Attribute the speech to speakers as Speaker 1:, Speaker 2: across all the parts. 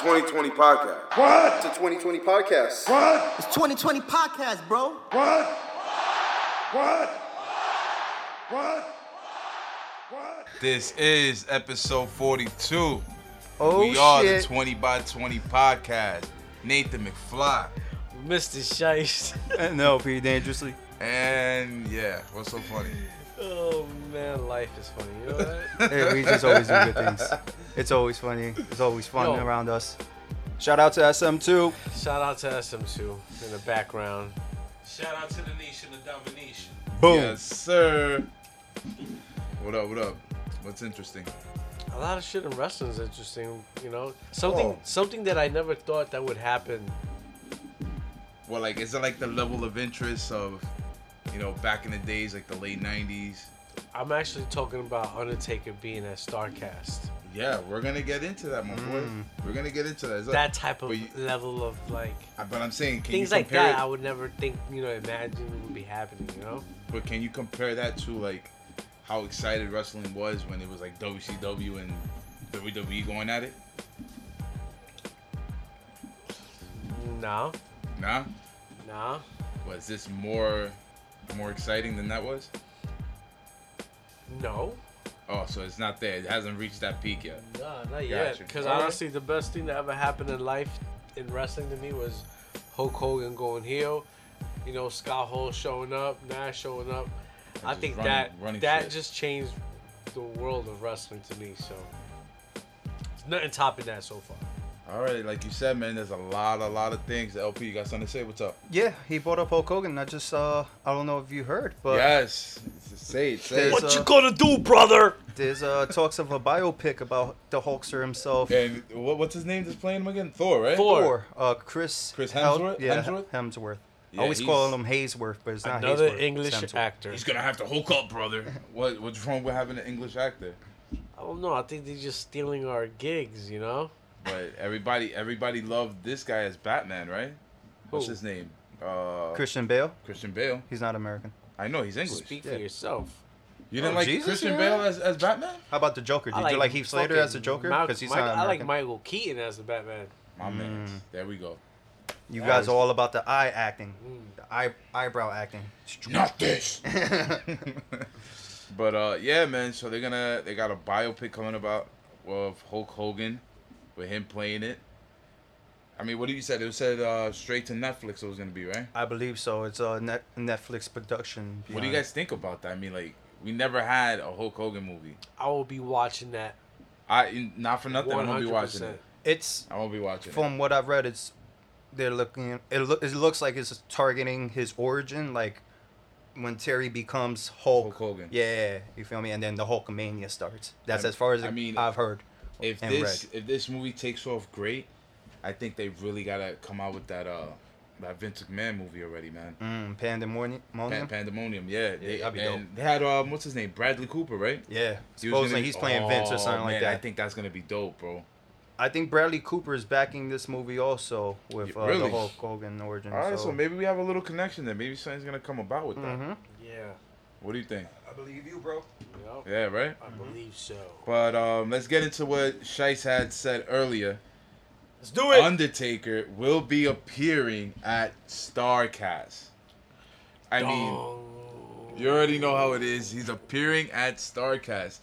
Speaker 1: 2020 podcast.
Speaker 2: What?
Speaker 1: It's a 2020 podcast.
Speaker 2: What?
Speaker 3: It's 2020 podcast, bro.
Speaker 2: What? What? What? What?
Speaker 4: This is episode 42.
Speaker 5: Oh
Speaker 4: we are
Speaker 5: shit!
Speaker 4: the 20 by 20 podcast. Nathan McFly.
Speaker 5: Mr. Shice. no, P. Dangerously.
Speaker 4: And yeah, what's so funny?
Speaker 5: Oh man, life is funny. You know what?
Speaker 6: hey, we just always do good things. It's always funny. It's always fun
Speaker 5: Yo.
Speaker 6: around us. Shout out to SM2.
Speaker 5: Shout out to SM2 in the background.
Speaker 7: Shout out to the niche and the domination.
Speaker 6: Boom.
Speaker 4: Yes, sir. What up, what up? What's interesting?
Speaker 5: A lot of shit in wrestling is interesting. You know, something
Speaker 4: Oh.
Speaker 5: something that I never thought that would happen.
Speaker 4: Well, like, is it like the level of interest of, you know, back in the days, like the late 90s?
Speaker 5: I'm actually talking about Undertaker being at Starcast.
Speaker 4: Yeah, we're gonna get into that, my
Speaker 2: Mm.
Speaker 4: boy. We're gonna get into that. It's like-
Speaker 5: That type of
Speaker 4: but, you-
Speaker 5: level of like
Speaker 4: but I'm saying, can
Speaker 5: things
Speaker 4: you
Speaker 5: like
Speaker 4: compare
Speaker 5: that. I
Speaker 4: it-
Speaker 5: would never think, you know, imagine would be happening. You know,
Speaker 4: But can you compare that to like how excited wrestling was when it was like WCW and WWE going at it?
Speaker 5: no,
Speaker 4: Nah,
Speaker 5: no.
Speaker 4: was this more more exciting than that was?
Speaker 5: No,
Speaker 4: Oh, so it's not there. It hasn't reached that peak yet.
Speaker 5: no, not yet.
Speaker 4: Gotcha.
Speaker 5: Because
Speaker 4: Alright.
Speaker 5: honestly, the best thing that ever happened in life in wrestling to me was Hulk Hogan going heel. You know, Scott Hall showing up, Nash showing up. I
Speaker 4: just
Speaker 5: think
Speaker 4: running-
Speaker 5: that
Speaker 4: running
Speaker 5: that
Speaker 4: shit.
Speaker 5: just changed the world of wrestling to me. So, there's nothing topping that so far.
Speaker 4: All right, like you said, man, there's a lot, a lot of things. LP, you got something to say? What's up?
Speaker 6: Yeah, he brought up Hulk Hogan. I just, uh, I don't know if you heard, but
Speaker 4: yes, say it, say
Speaker 6: What
Speaker 4: it.
Speaker 6: It's, you uh,
Speaker 5: gonna do, brother?
Speaker 6: there's uh, talks of a biopic about the Hulkster himself.
Speaker 4: And what, what's his name that's playing him again? Thor, right?
Speaker 5: Thor.
Speaker 6: Or uh, Chris.
Speaker 4: Chris
Speaker 6: Hel-
Speaker 4: Hemsworth?
Speaker 6: yeah,
Speaker 4: Hemsworth?
Speaker 6: Hemsworth.
Speaker 4: Yeah,
Speaker 6: I always
Speaker 4: he's-
Speaker 6: call him Haysworth, but it's not
Speaker 5: Another
Speaker 6: Haysworth, it's
Speaker 5: English
Speaker 6: Hemsworth.
Speaker 5: actor.
Speaker 4: He's gonna have to hook up, brother. what, what's wrong with having an English actor?
Speaker 5: I don't know. I think they're just stealing our gigs. You know,
Speaker 4: But everybody, everybody loved this guy as Batman, right? What's
Speaker 5: Who?
Speaker 4: his name? Uh,
Speaker 6: Christian Bale.
Speaker 4: Christian Bale.
Speaker 6: He's not American.
Speaker 4: I know he's English.
Speaker 5: speak
Speaker 6: yeah.
Speaker 5: for yourself.
Speaker 4: You didn't
Speaker 6: Oh,
Speaker 4: like
Speaker 6: Jesus,
Speaker 4: Christian
Speaker 6: yeah.
Speaker 4: Bale as, as Batman?
Speaker 6: How about the Joker? Did you like Heath Slater as the
Speaker 5: fucking
Speaker 6: Joker?
Speaker 5: Mal-
Speaker 6: Because he's
Speaker 5: Michael-
Speaker 6: not
Speaker 5: I like
Speaker 6: American.
Speaker 5: Michael Keaton as the Batman.
Speaker 4: My
Speaker 6: Mm.
Speaker 4: man. There we go.
Speaker 6: you guys are all about the eye acting, the eye eyebrow acting.
Speaker 4: Not this. but uh, yeah, man. So they're gonna they got a biopic coming about of Hulk Hogan, with him playing it. I mean, what did you said? It said uh, straight to Netflix. It was gonna be right.
Speaker 6: I believe so. It's a net Netflix production.
Speaker 4: What do you
Speaker 6: behind-
Speaker 4: guys think about that? I mean, like we never had a Hulk Hogan movie.
Speaker 5: I will be watching that
Speaker 4: I not for nothing.
Speaker 5: one
Speaker 4: I'm gonna be
Speaker 5: hundred
Speaker 4: watching
Speaker 5: percent.
Speaker 4: it.
Speaker 6: It's
Speaker 4: I won't be watching. it.
Speaker 6: from what I've read. It's they're looking. It, loo- it looks like it's targeting his origin, like when Terry becomes Hulk.
Speaker 4: Hulk Hogan.
Speaker 6: Yeah, you feel me? And then the Hulkamania starts. That's
Speaker 4: I-
Speaker 6: as far as
Speaker 4: I
Speaker 6: I
Speaker 4: mean,
Speaker 6: mean, I've heard.
Speaker 4: if
Speaker 6: and
Speaker 4: this if this movie takes off great, I think they really gotta come out with that uh that Vince McMahon movie already, man.
Speaker 6: Mm, Pandemonium.
Speaker 4: Pan- Pandemonium, yeah. They,
Speaker 6: that'd be
Speaker 4: and they had um what's his name Bradley Cooper, right?
Speaker 6: yeah,
Speaker 4: He was gonna
Speaker 6: supposedly
Speaker 4: be-
Speaker 6: he's playing Vince
Speaker 4: Oh,
Speaker 6: or something like
Speaker 4: man,
Speaker 6: that.
Speaker 4: I think that's gonna be dope, bro.
Speaker 6: I think Bradley Cooper is backing this movie also with
Speaker 4: Yeah,
Speaker 6: uh, the
Speaker 4: really?
Speaker 6: Hulk Hogan origin.
Speaker 4: All right, so,
Speaker 6: so Mm-hmm.
Speaker 4: maybe we have a little connection there. Maybe something's gonna come about with that.
Speaker 5: Yeah,
Speaker 4: What do you think?
Speaker 6: I believe you, bro.
Speaker 5: yep,
Speaker 4: Yeah, right.
Speaker 5: I believe so.
Speaker 4: But um, let's get into what Shice had said earlier.
Speaker 5: Let's do it.
Speaker 4: Undertaker will be appearing at Starcast. I mean, You already know how it is. He's appearing at Starcast.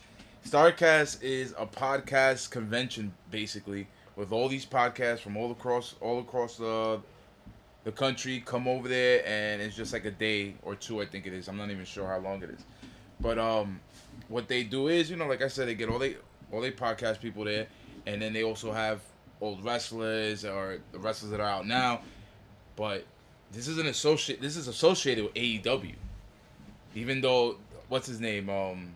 Speaker 4: Starcast is a podcast convention, basically, with all these podcasts from all across all across the the country come over there, and it's just like a day or two, I think it is. I'm not even sure how long it is, but um, what they do is, you know, like I said, they get all they all they podcast people there, and then they also have old wrestlers or the wrestlers that are out now, but this isn't associate. This is associated with E AEW even though what's his name um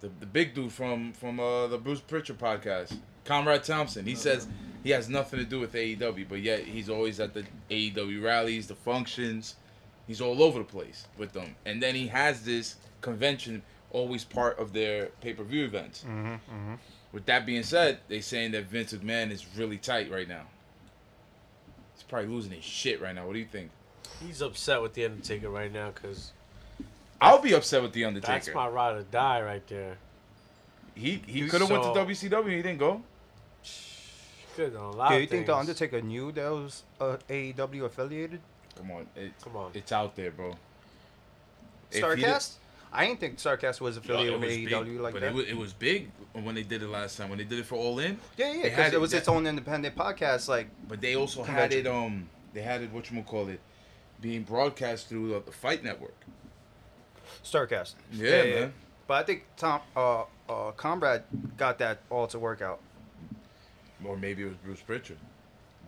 Speaker 4: the, the big dude from from uh, the Bruce Pritchard podcast Conrad Thompson he says he has nothing to do with AEW but yet he's always at the AEW rallies the functions he's all over the place with them and then he has this convention always part of their pay-per-view events with that being said they saying that Vince McMahon is really tight right now he's probably losing his shit right now what do you think
Speaker 5: He's upset with the Undertaker right now because
Speaker 4: I'll be upset with the Undertaker
Speaker 5: that's my ride or die right there.
Speaker 4: He he
Speaker 5: Dude,
Speaker 4: could have went
Speaker 5: so-
Speaker 4: to WCW. He didn't go.
Speaker 5: Good, on a lot
Speaker 6: Do you
Speaker 5: of
Speaker 6: think the
Speaker 5: things.
Speaker 6: Undertaker knew that was uh, AEW affiliated?
Speaker 4: Come on, it,
Speaker 5: Come on.
Speaker 4: it's out there, bro. If he did-
Speaker 6: Starcast? I didn't think Starcast was
Speaker 4: Yo,
Speaker 6: affiliated with
Speaker 4: big,
Speaker 6: AEW like
Speaker 4: but
Speaker 6: that.
Speaker 4: It was, it was big when they did it last time. When they did it for All In,
Speaker 6: yeah, yeah,
Speaker 4: They
Speaker 6: because
Speaker 4: had
Speaker 6: it was
Speaker 4: that-
Speaker 6: its own independent podcast. Like,
Speaker 4: But they also had
Speaker 6: Convention.
Speaker 4: it. Um, they had it. What you call it? Being broadcast through uh, the Fight Network.
Speaker 6: Starcast.
Speaker 4: Yeah, man.
Speaker 6: But I think Tom uh, uh, Comrade got that all to work out.
Speaker 4: Or maybe it was Bruce Pritchard.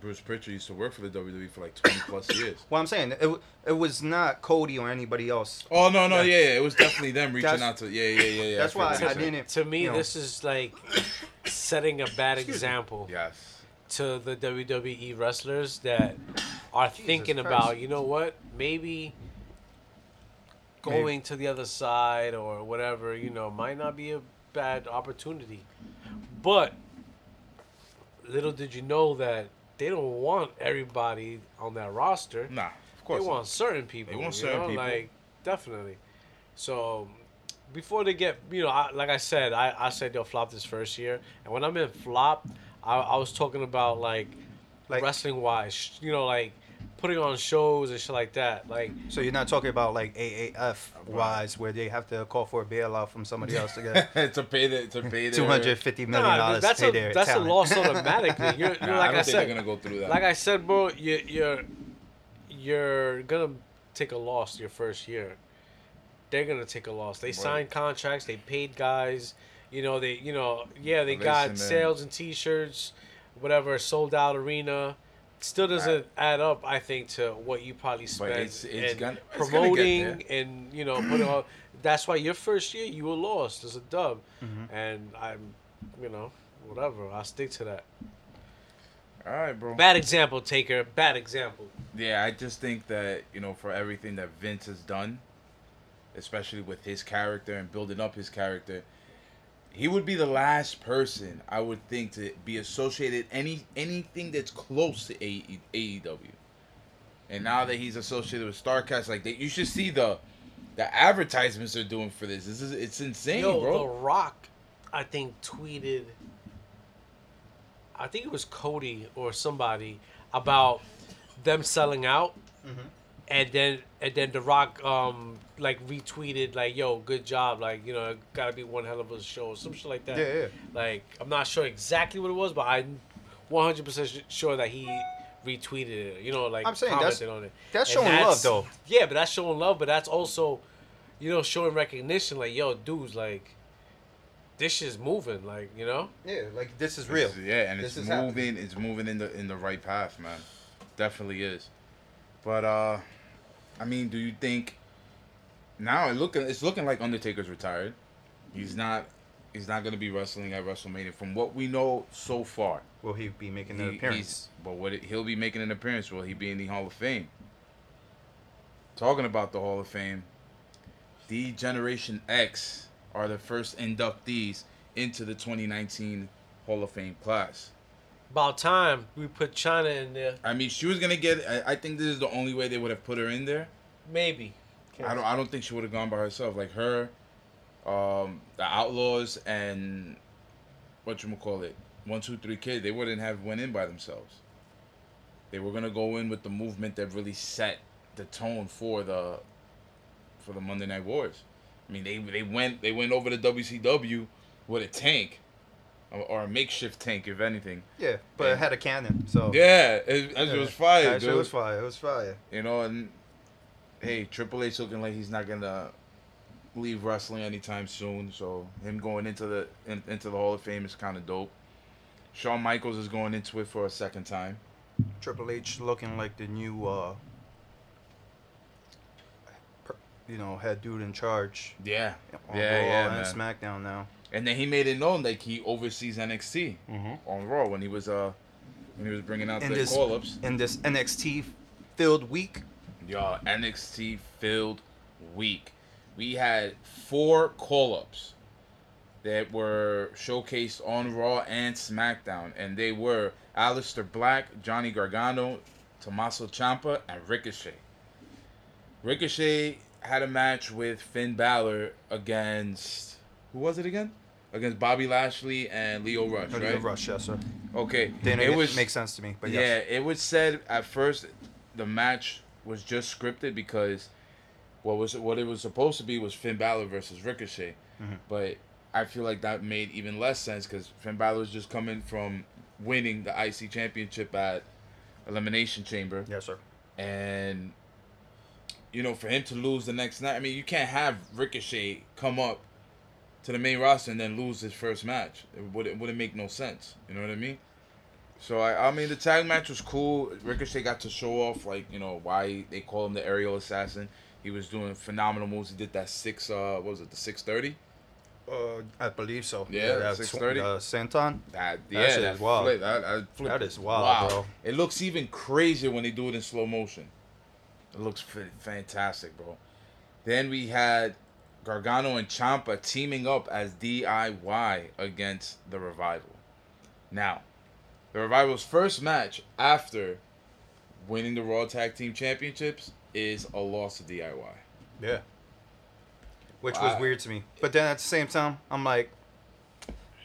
Speaker 4: Bruce Pritchard used to work for the WWE for like 20 plus years.
Speaker 6: Well, I'm saying it, w- it was not Cody or anybody else.
Speaker 4: Oh no no yeah, yeah it was definitely them reaching
Speaker 6: That's-
Speaker 4: out to yeah yeah yeah yeah.
Speaker 6: That's
Speaker 4: feel
Speaker 6: why
Speaker 4: what you're
Speaker 6: I
Speaker 4: saying.
Speaker 6: didn't.
Speaker 5: To me,
Speaker 6: you know,
Speaker 5: this is like setting a bad example
Speaker 4: Yes.
Speaker 5: to the WWE wrestlers that are thinking
Speaker 6: Christ.
Speaker 5: about, you know what, maybe going
Speaker 6: Maybe.
Speaker 5: to the other side or whatever, you know, might not be a bad opportunity. But little did you know that they don't want everybody on that roster.
Speaker 4: Nah, of
Speaker 5: They
Speaker 4: course. not.
Speaker 5: want certain people.
Speaker 4: They want
Speaker 5: you
Speaker 4: certain
Speaker 5: know,
Speaker 4: people.
Speaker 5: Like definitely. So before they get, you know, I, like I said, I, I said they'll flop this first year, and when I meant flop, I, I was talking about like,
Speaker 6: Like-
Speaker 5: wrestling wise, you know, like putting on shows and shit like that. Like
Speaker 6: So you're not talking about like AAF wise, where they have to call for a bailout from somebody else to get
Speaker 4: to pay the to pay the
Speaker 6: two hundred fifty million
Speaker 5: nah,
Speaker 6: dollars.
Speaker 5: that's
Speaker 6: to pay
Speaker 5: a
Speaker 6: their
Speaker 5: that's
Speaker 6: talent.
Speaker 5: a loss automatically. You're, you're
Speaker 4: Nah,
Speaker 5: like
Speaker 4: I
Speaker 5: I,
Speaker 4: don't think
Speaker 5: said,
Speaker 4: they're gonna go through that.
Speaker 5: like I said, bro, you, you're you're gonna take a loss your first year. They're gonna take a loss. They signed contracts. They paid guys. You know they you know yeah they got
Speaker 4: Listen, man.
Speaker 5: sales and T-shirts, whatever sold out arena. Still doesn't add up, I think, to what you probably spent
Speaker 4: it's- it's
Speaker 5: in
Speaker 4: gonna- it's gonna get
Speaker 5: promoting
Speaker 4: there.
Speaker 5: and you know putting all. That's why your first year you were lost as a dub, and I'm, you know, whatever. I stick to that.
Speaker 4: All right, bro.
Speaker 5: Bad example, Taker. Bad example.
Speaker 4: Yeah, I just think that you know for everything that Vince has done, especially with his character and building up his character, he would be the last person I would think to be associated any anything that's close to E, AE, AEW. And now that he's associated with Starcast, like that, you should see the the advertisements they're doing for this. This is it's insane,
Speaker 5: Yo,
Speaker 4: bro.
Speaker 5: The Rock, I think tweeted. I think it was Cody or somebody about them selling out,
Speaker 6: Mm-hmm.
Speaker 5: and then and then The Rock um like retweeted like yo good job like you know gotta be one hell of a show some shit like that.
Speaker 6: Yeah, yeah.
Speaker 5: Like I'm not sure exactly what it was, but I'm 100 percent sure that he retweeted it. You know, like
Speaker 6: I'm saying that's-
Speaker 5: commented on it.
Speaker 6: that's
Speaker 5: And
Speaker 6: showing love, though.
Speaker 5: Yeah, but that's showing love, but that's also you know, showing recognition, like, yo, dudes, like, this shit's moving, like, you know?
Speaker 6: Yeah, like this is real.
Speaker 4: Yeah, and
Speaker 6: This
Speaker 4: it's
Speaker 6: is
Speaker 4: moving.
Speaker 6: happening.
Speaker 4: It's moving in the in the right path, man. Definitely is. But uh, I mean, do you think now it looking it's looking like Undertaker's retired? He's
Speaker 6: Mm-hmm.
Speaker 4: not. He's not gonna be wrestling at WrestleMania. From what we know so far,
Speaker 6: Will he be making an
Speaker 4: he,
Speaker 6: appearance?
Speaker 4: he's, but what it, he'll be making an appearance? Will he be in the Hall of Fame? Talking about the Hall of Fame, the Generation X are the first inductees into the 2019 Hall of Fame class.
Speaker 5: About time we put China in there.
Speaker 4: I mean, she was gonna get. I, I think this is the only way they would have put her in there.
Speaker 5: Maybe.
Speaker 4: I don't. I don't think she would have gone by herself. Like her, um, the Outlaws and what you call it, one two three kid. They wouldn't have went in by themselves. They were gonna go in with the movement that really set the tone for the for the Monday Night Wars. I mean, they they went they went over to WCW with a tank, or, or a makeshift tank, if anything.
Speaker 6: Yeah, but it had a cannon, so
Speaker 4: Yeah, it, it was fire.
Speaker 6: That
Speaker 4: dude.
Speaker 6: shit was fire. It was fire.
Speaker 4: You know, and hey, Triple H looking like he's not gonna leave wrestling anytime soon. So him going into the in, into the Hall of Fame is kind of dope. Shawn Michaels is going into it for a second time.
Speaker 6: Triple H looking like the new, uh, per- you know, head dude in charge.
Speaker 4: Yeah,
Speaker 6: On
Speaker 4: yeah,
Speaker 6: Raw
Speaker 4: yeah, man.
Speaker 6: and SmackDown now.
Speaker 4: And then he made it known like he oversees NXT
Speaker 6: Mm-hmm.
Speaker 4: on Raw when he was uh when he was bringing out
Speaker 6: In
Speaker 4: the
Speaker 6: this
Speaker 4: call ups.
Speaker 6: in this NXT filled week.
Speaker 4: Y'all, NXT filled week. We had four call ups that were showcased on Raw and SmackDown, and they were Aleister Black, Johnny Gargano, Tommaso Ciampa, and Ricochet. Ricochet had a match with Finn Balor against. Who was it again? against Bobby Lashley and Leo Rush,
Speaker 6: No,
Speaker 4: right?
Speaker 6: Leo Rush, yes, sir.
Speaker 4: Okay,
Speaker 6: Then
Speaker 4: it
Speaker 6: it,
Speaker 4: was
Speaker 6: makes sense to me. But
Speaker 4: yeah,
Speaker 6: yes.
Speaker 4: it was said at first the match was just scripted because what was what it was supposed to be was Finn Balor versus Ricochet,
Speaker 6: Mm-hmm.
Speaker 4: but I feel like that made even less sense because Finn Balor was just coming from winning the IC Championship at Elimination Chamber,
Speaker 6: Yes, sir.
Speaker 4: and you know for him to lose the next night, I mean you can't have Ricochet come up to the main roster and then lose his first match. It would it wouldn't make no sense. You know what I mean? So I, I mean the tag match was cool. Ricochet got to show off like you know why they call him the aerial assassin. He was doing phenomenal moves. He did that six uh what was it the six thirty?
Speaker 6: Uh, I believe so.
Speaker 4: Yeah,
Speaker 6: that's
Speaker 4: 6:30.
Speaker 6: Uh, Santon.
Speaker 4: That
Speaker 6: That
Speaker 4: yeah that,
Speaker 6: shit is wild.
Speaker 4: flip- that, flip
Speaker 6: That
Speaker 4: is
Speaker 6: is wild, bro.
Speaker 4: It looks even crazier when they do it in slow motion. It looks fa- fantastic, bro. Then we had Gargano and Champa teaming up as DIY against the Revival. Now, the Revival's first match after winning the Raw Tag Team Championships is a loss to DIY.
Speaker 6: Yeah. Which
Speaker 4: Wow.
Speaker 6: was weird to me. But then at the same time, I'm like,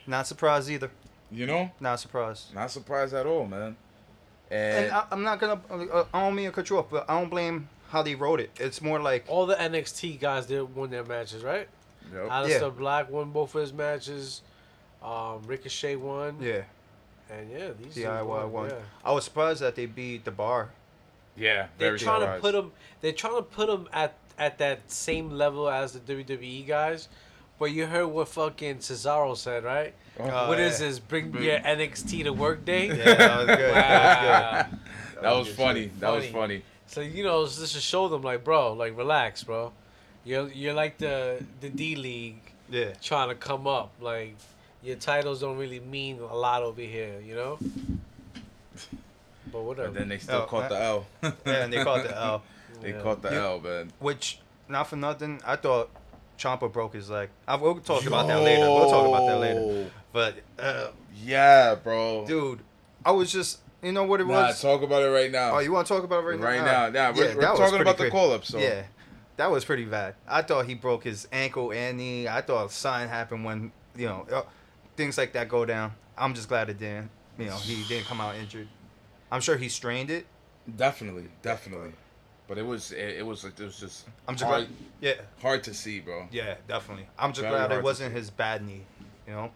Speaker 6: not surprised either.
Speaker 4: You know,
Speaker 6: Not surprised.
Speaker 4: not surprised at all, man. And,
Speaker 6: And I, I'm not gonna. Uh, I don't mean to cut you off, but I don't blame how they wrote it. It's more like
Speaker 5: All the NXT guys did win their matches, right?
Speaker 6: Oh,
Speaker 4: Yup.
Speaker 5: Alistair Black won both of his matches. Um, Ricochet won.
Speaker 6: yeah,
Speaker 5: And yeah, these dudes
Speaker 6: DIY one.
Speaker 5: Yeah.
Speaker 6: I was surprised that they beat the bar.
Speaker 4: yeah,
Speaker 5: They're
Speaker 4: very
Speaker 5: trying to
Speaker 4: surprised.
Speaker 5: put them. They're trying to put them at at that same level as the WWE guys. But you heard what fucking Cesaro said, right?
Speaker 6: Oh,
Speaker 5: What is
Speaker 6: yeah.
Speaker 5: this? Bring your NXT to work day.
Speaker 6: Yeah, that was good. That was
Speaker 5: Wow.
Speaker 4: That was funny. That was
Speaker 5: Funny.
Speaker 4: funny.
Speaker 5: So you know, it's just to show them, like, bro, like, relax, bro. You're you're like the the D League
Speaker 6: good. Yeah.
Speaker 5: trying to come up. Like, your titles don't really mean a lot over here, you know. But whatever.
Speaker 4: But then they still
Speaker 6: Oh,
Speaker 4: caught the L.
Speaker 6: yeah, and they called the L,
Speaker 4: They
Speaker 5: Yeah.
Speaker 4: caught the
Speaker 6: Yeah.
Speaker 4: L, man.
Speaker 6: which not for nothing. I thought Champa broke his leg. I, we'll talk about that later. We'll talk about that later.
Speaker 4: Yo.
Speaker 6: But uh,
Speaker 4: Yeah, bro.
Speaker 6: dude, I was just, you know what it
Speaker 4: nah,
Speaker 6: was?
Speaker 4: talk about it right now.
Speaker 6: Oh, you want to talk about it right,
Speaker 4: Right
Speaker 6: now?
Speaker 4: now, nah, we're- we're
Speaker 6: that was
Speaker 4: talking
Speaker 6: pretty
Speaker 4: about the
Speaker 6: crazy.
Speaker 4: call-up, so-
Speaker 6: Yeah, that was pretty bad. I thought he broke his ankle and knee. I thought a sign happened when you know uh, things like that go down. I'm just glad it didn't. You know, he didn't come out injured. I'm sure he strained it.
Speaker 4: definitely, definitely. But it was, it, it was, it was just
Speaker 6: I'm just
Speaker 4: hard,
Speaker 6: glad. Yeah,
Speaker 4: hard to see, bro.
Speaker 6: yeah, definitely. I'm just
Speaker 4: Very
Speaker 6: glad
Speaker 4: hard
Speaker 6: it
Speaker 4: to
Speaker 6: wasn't his bad knee. You know,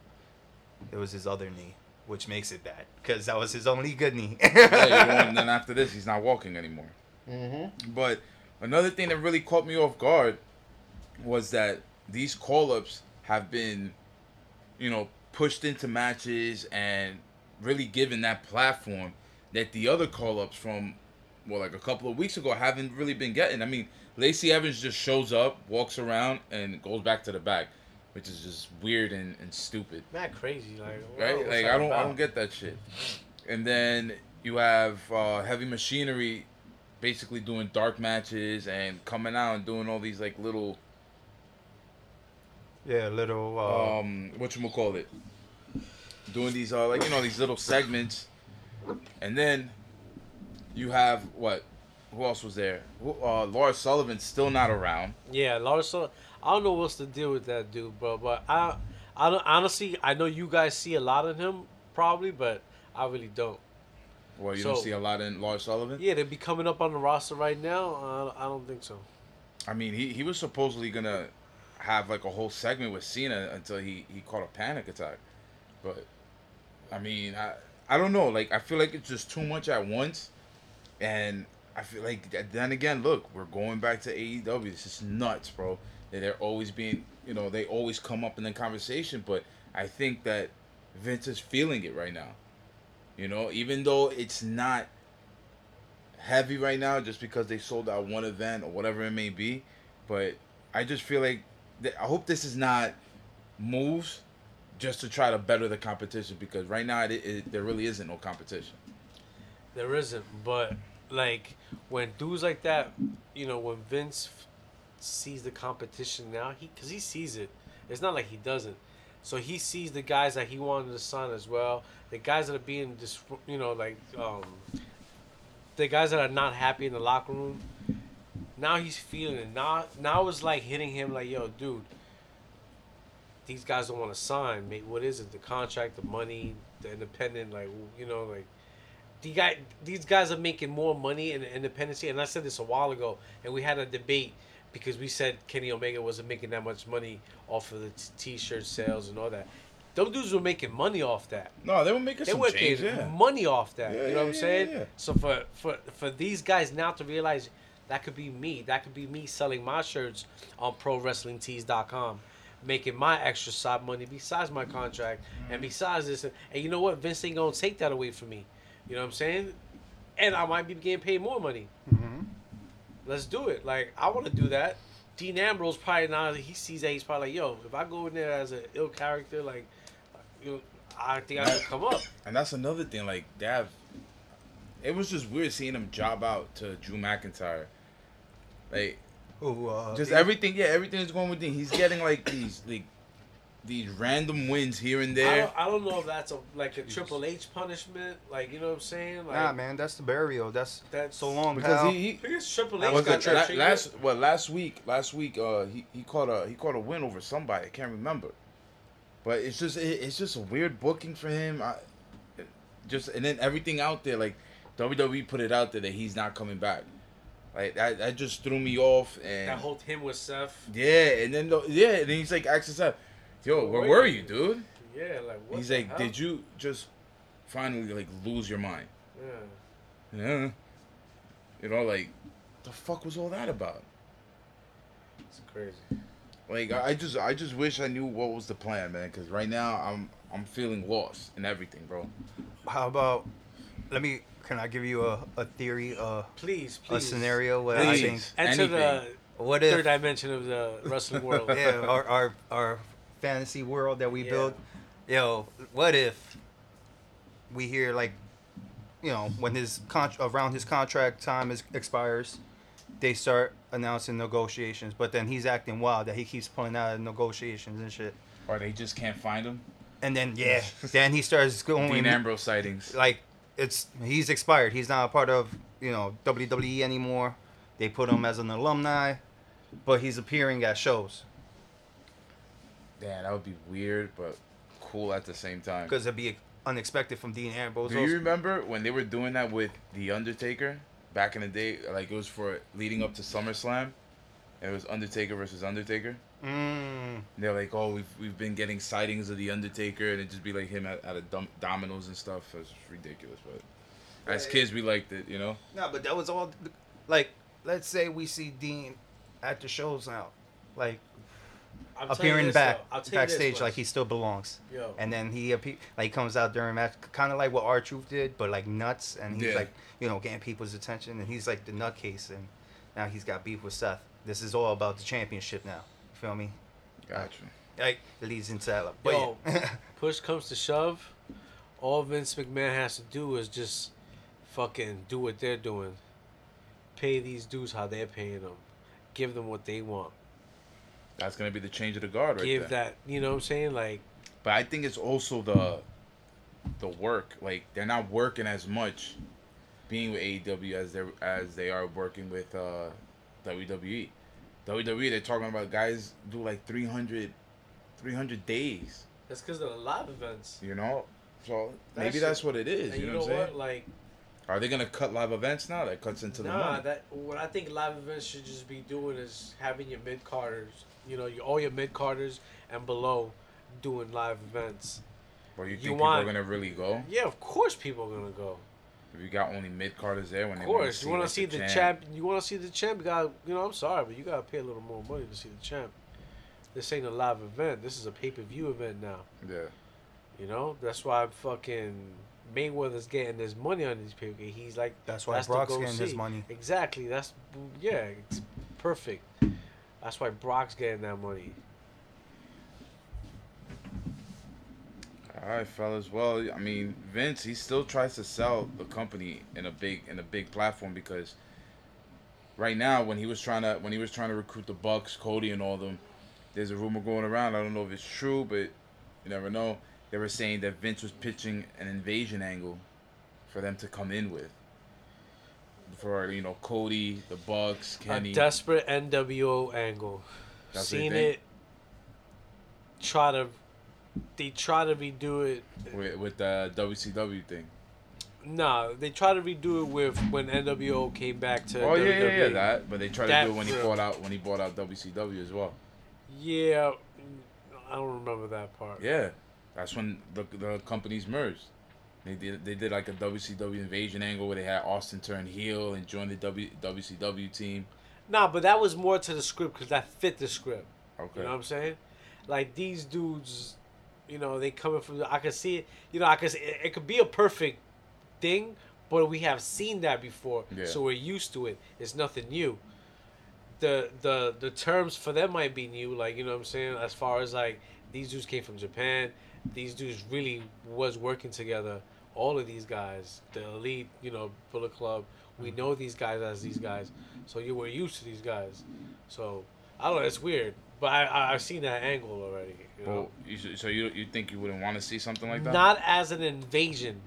Speaker 6: it was his other knee, which makes it bad because that was his only good knee.
Speaker 4: Yeah, you know, and then after this, he's not walking anymore. But another thing that really caught me off guard was that these call ups have been, you know, pushed into matches and really given that platform that the other call ups from, well, like a couple of weeks ago haven't really been getting. I mean, Lacey Evans just shows up, walks around, and goes back to the back, which is just weird and, and stupid
Speaker 5: Not crazy, like what-
Speaker 4: right?
Speaker 5: what's
Speaker 4: Like
Speaker 5: that
Speaker 4: I don't, I
Speaker 5: about?
Speaker 4: don't get that shit. And then you have uh, heavy machinery, basically doing dark matches and coming out and doing all these like little
Speaker 6: yeah, little. Uh,
Speaker 4: um, what you call it, doing these uh, like you know these little segments, and then you have what? Who else was there? Who, uh, Laura Sullivan's still not around.
Speaker 5: Yeah, Larson. I don't know what's the deal with that dude, bro. But I, I don't, honestly, I know you guys see a lot of him probably, but I really don't.
Speaker 4: Well, you
Speaker 5: So-
Speaker 4: don't see a lot in Laura Sullivan.
Speaker 5: Yeah, they be coming up on the roster right now. Uh, I don't think so.
Speaker 4: I mean, he, he was supposedly gonna have like a whole segment with Cena until he, he caught a panic attack. But I mean, I I don't know. Like I feel like it's just too much at once, and I feel like th- then again, look, we're going back to E AEW. It's just nuts, bro. That they're always being, you know, they always come up in the conversation. But I think that Vince is feeling it right now. You know, even though it's not heavy right now just because they sold out one event or whatever it may be. But I just feel like th- I hope this is not moves just to try to better the competition because right now it, it, there really isn't no competition.
Speaker 5: There isn't. But like when dudes like that, you know, when Vince f- sees the competition now, he because he sees it. It's not like he doesn't. So he sees the guys that he wanted to sign as well. The guys that are being, dis- you know, like um, the guys that are not happy in the locker room. Now he's feeling it. Now, now it's like hitting him, like, yo, dude, these guys don't want to sign. Mate, what is it? The contract, the money, the independent, like you know, like the guy, these guys are making more money in independency. And I said this a while ago, and we had a debate because we said Kenny Omega wasn't making that much money off of the t- t-shirt sales and all that. Those dudes were making money off that.
Speaker 4: No, they were making
Speaker 5: They
Speaker 4: some
Speaker 5: were
Speaker 4: change.
Speaker 5: making
Speaker 4: Yeah.
Speaker 5: money off that.
Speaker 4: Yeah,
Speaker 5: you know
Speaker 4: yeah,
Speaker 5: what I'm
Speaker 4: yeah,
Speaker 5: saying?
Speaker 4: yeah.
Speaker 5: So for, for for these guys now to realize that could be me. That could be me selling my shirts on ProWrestlingTees.com, making my extra side money besides my contract
Speaker 4: Mm-hmm.
Speaker 5: and besides this. And you know what? Vince ain't gonna take that away from me. You know what I'm saying? And I might be getting paid more money.
Speaker 4: Mm-hmm.
Speaker 5: Let's do it. Like I want to do that. Dean Ambrose probably now he sees that he's probably like, yo, if I go in there as an ill character, like, you know, I think I could come up.
Speaker 4: And that's another thing. Like they have, it was just weird seeing him job out to Drew McIntyre. Like
Speaker 6: Who, uh,
Speaker 4: just
Speaker 6: yeah.
Speaker 4: everything. Yeah, everything is going with Dean. He's getting like these like these random wins here and
Speaker 5: I
Speaker 4: there.
Speaker 5: don't, I don't know if that's a like a Triple H punishment. Like you know what I'm saying? Like,
Speaker 6: Nah, man, that's the burial. That's
Speaker 5: That's-
Speaker 6: so long.
Speaker 4: Because
Speaker 6: pal.
Speaker 4: he, he
Speaker 5: I think it's Triple
Speaker 6: That
Speaker 5: H
Speaker 4: was
Speaker 5: got
Speaker 4: it,
Speaker 5: that
Speaker 4: la-
Speaker 5: treatment.
Speaker 4: last well last week last week uh he, he caught a he caught a win over somebody I can't remember, but it's just it, it's just a weird booking for him. I, it- just and then everything out there like WWE put it out there that he's not coming back. Like that, that just threw me off and
Speaker 5: that whole him with Seth.
Speaker 4: yeah and then the, yeah and then he's like asking Seth, yo where
Speaker 5: Where
Speaker 4: were
Speaker 5: were
Speaker 4: you
Speaker 5: you?"
Speaker 4: dude?
Speaker 5: Yeah, like what?
Speaker 4: he's
Speaker 5: the
Speaker 4: like
Speaker 5: hell?
Speaker 4: did you just finally like lose your mind?
Speaker 5: Yeah.
Speaker 4: Yeah, you know like the fuck was all that about?
Speaker 5: It's crazy.
Speaker 4: Like I I just I just wish I knew what was the plan, man. Because right now I'm I'm feeling lost in everything, bro.
Speaker 6: How about? Let me. Can I give you a, a theory? Uh,
Speaker 5: Please,
Speaker 6: a
Speaker 5: please.
Speaker 6: scenario where I think.
Speaker 4: Please.
Speaker 5: Enter
Speaker 4: Anything.
Speaker 5: the
Speaker 6: What
Speaker 5: third
Speaker 6: if?
Speaker 5: dimension of the wrestling world.
Speaker 6: Yeah, our, our our fantasy world that we
Speaker 5: Yeah.
Speaker 6: built. Yo, what if we hear like, you know, when his con- around his contract time is expires, they start announcing negotiations, but then he's acting wild that he keeps pulling out of negotiations and shit.
Speaker 4: Or they just can't find him.
Speaker 6: And then yeah, then he starts going
Speaker 4: Dean Ambrose sightings.
Speaker 6: like it's he's expired. He's not a part of you know WWE anymore. They put him as an alumni, but he's appearing at shows
Speaker 4: Yeah, that would be weird, but cool at the same time.
Speaker 6: because it'd be unexpected from Dean Ambrose.
Speaker 4: Do you remember when they were doing that with the Undertaker back in the day? Like it was for leading up to SummerSlam. It was Undertaker versus Undertaker.
Speaker 6: Mm,
Speaker 4: And they're like, oh, we've we've been getting sightings of the Undertaker, and it'd just be like him at, at a dom- dominoes and stuff. It's ridiculous, but as kids we liked it, you know.
Speaker 6: no, but that was all. Like, let's say we see Dean at the shows now, like
Speaker 5: I'm telling you
Speaker 6: appearing
Speaker 5: this,
Speaker 6: back
Speaker 5: though. I'll tell you this
Speaker 6: backstage
Speaker 5: much.
Speaker 6: like he still belongs.
Speaker 5: Yo.
Speaker 6: And then he appe- like comes out during match, kind of like what R Truth did, but like nuts, and he's
Speaker 4: Yeah.
Speaker 6: like you know getting people's attention, and he's like the nutcase, and now he's got beef with Seth. This is all about the championship now. You feel me?
Speaker 4: Gotcha.
Speaker 6: Like it leads into that. But
Speaker 5: Yo,
Speaker 6: yeah.
Speaker 5: push comes to shove, all Vince McMahon has to do is just fucking do what they're doing. Pay these dudes how they're paying them. Give them what they want.
Speaker 4: That's gonna be the change of the guard right
Speaker 5: Give
Speaker 4: there.
Speaker 5: that, you know what I'm saying? Like,
Speaker 4: But I think it's also the the work. Like they're not working as much being with AEW as they are as they are working with uh, E. WWE. WWE they're talking about guys do like 300, 300 days.
Speaker 5: that's because of the live events.
Speaker 4: You know, so
Speaker 5: That
Speaker 4: maybe
Speaker 5: shit-
Speaker 4: that's what it is.
Speaker 5: And
Speaker 4: You, know, what I'm saying?
Speaker 5: Like,
Speaker 4: Are they gonna cut live events now? That cuts into the
Speaker 5: nah,
Speaker 4: money.
Speaker 5: that what I think live events should just be doing is having your mid carders, you know, your, all your mid carders and below doing live events.
Speaker 4: Or you
Speaker 5: you
Speaker 4: think people
Speaker 5: want-
Speaker 4: are gonna really go?
Speaker 5: Yeah, of course people are gonna go.
Speaker 4: If you got only mid carders there when
Speaker 5: Of
Speaker 4: they
Speaker 5: course, you want
Speaker 4: like,
Speaker 5: to see the champ. You want to see the champ. You got, you know, I'm sorry, but you got to pay a little more money to see the champ. This ain't a live event. This is a pay per view event now.
Speaker 4: Yeah.
Speaker 5: You know, that's why fucking Mayweather's getting his money on these pay per view. He's like,
Speaker 6: That's why
Speaker 5: the
Speaker 6: Brock's
Speaker 5: go
Speaker 6: getting his money.
Speaker 5: Exactly. That's yeah, it's perfect. That's why Brock's getting that money.
Speaker 4: All right, fellas. Well, I mean, Vince he still tries to sell the company in a big in a big platform because right now when he was trying to when he was trying to recruit the Bucks, Cody and all them, there's a rumor going around. I don't know if it's true, but you never know. They were saying that Vince was pitching an invasion angle for them to come in with. For you know, Cody, the Bucks, Kenny.
Speaker 5: A desperate NWO angle.
Speaker 4: That's what you
Speaker 5: Seen
Speaker 4: think?
Speaker 5: it. try to they try to redo it.
Speaker 4: with, with the WCW thing.
Speaker 5: Nah, they try to redo it with when NWO came back to. E.
Speaker 4: Oh yeah, yeah, yeah,
Speaker 5: WWE.
Speaker 4: that. But they tried
Speaker 5: That-
Speaker 4: to do it when he
Speaker 5: yeah.
Speaker 4: bought out when he bought out WCW as well.
Speaker 5: Yeah, I don't remember that part.
Speaker 4: Yeah, that's when the the companies merged. They did they did like a WCW invasion angle where they had Austin turn heel and join the w, WCW team.
Speaker 5: Nah, but that was more to the script because that fit the script.
Speaker 4: Okay.
Speaker 5: You know what I'm saying? Like these dudes, you know, they coming from. I could see it. You know, I could. see- It, it could be a perfect thing, but we have seen that before,
Speaker 4: Yeah.
Speaker 5: so we're used to it. It's nothing new. The the the terms for them might be new, like you know what I'm saying. As far as like these dudes came from Japan, these dudes really was working together. All of these guys, the elite, you know, Bullet Club. We
Speaker 4: Mm-hmm.
Speaker 5: know these guys as these guys, so you were used to these guys. So I don't know. It's weird, but I, I I've seen that angle already. You know?
Speaker 4: Well, you, s- so you you think you wouldn't want to see something like that?
Speaker 5: Not as an invasion.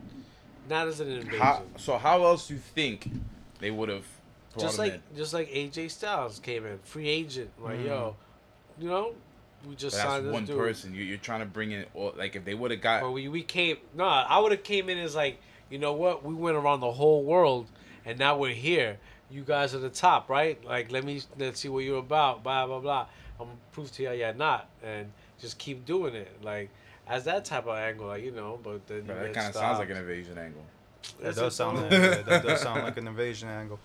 Speaker 5: Not as an invasion.
Speaker 4: How, so how else do you think they would have brought
Speaker 5: just
Speaker 4: him
Speaker 5: like
Speaker 4: in?
Speaker 5: just like AJ Styles came in, free agent. Like yo, you know, we just
Speaker 4: But Mm-hmm. that's
Speaker 5: signed this
Speaker 4: one
Speaker 5: dude.
Speaker 4: person. You, you're trying to bring in, all like, if they would have got
Speaker 5: But we we came. Nah, I would have came in as like, you know what? We went around the whole world, and now we're here. You guys are the top, right? Like, let me let's see what you're about. Blah blah blah. I'm gonna prove to y'all you're not, and just keep doing it. Like. As that type of angle, like, you know, but then
Speaker 4: But
Speaker 5: you
Speaker 4: that
Speaker 5: get
Speaker 4: kind of sounds
Speaker 5: stopped.
Speaker 4: like an invasion angle.
Speaker 6: That
Speaker 5: That's
Speaker 6: does
Speaker 5: it,
Speaker 6: sound
Speaker 5: though.
Speaker 6: like, yeah, that does sound like an invasion angle.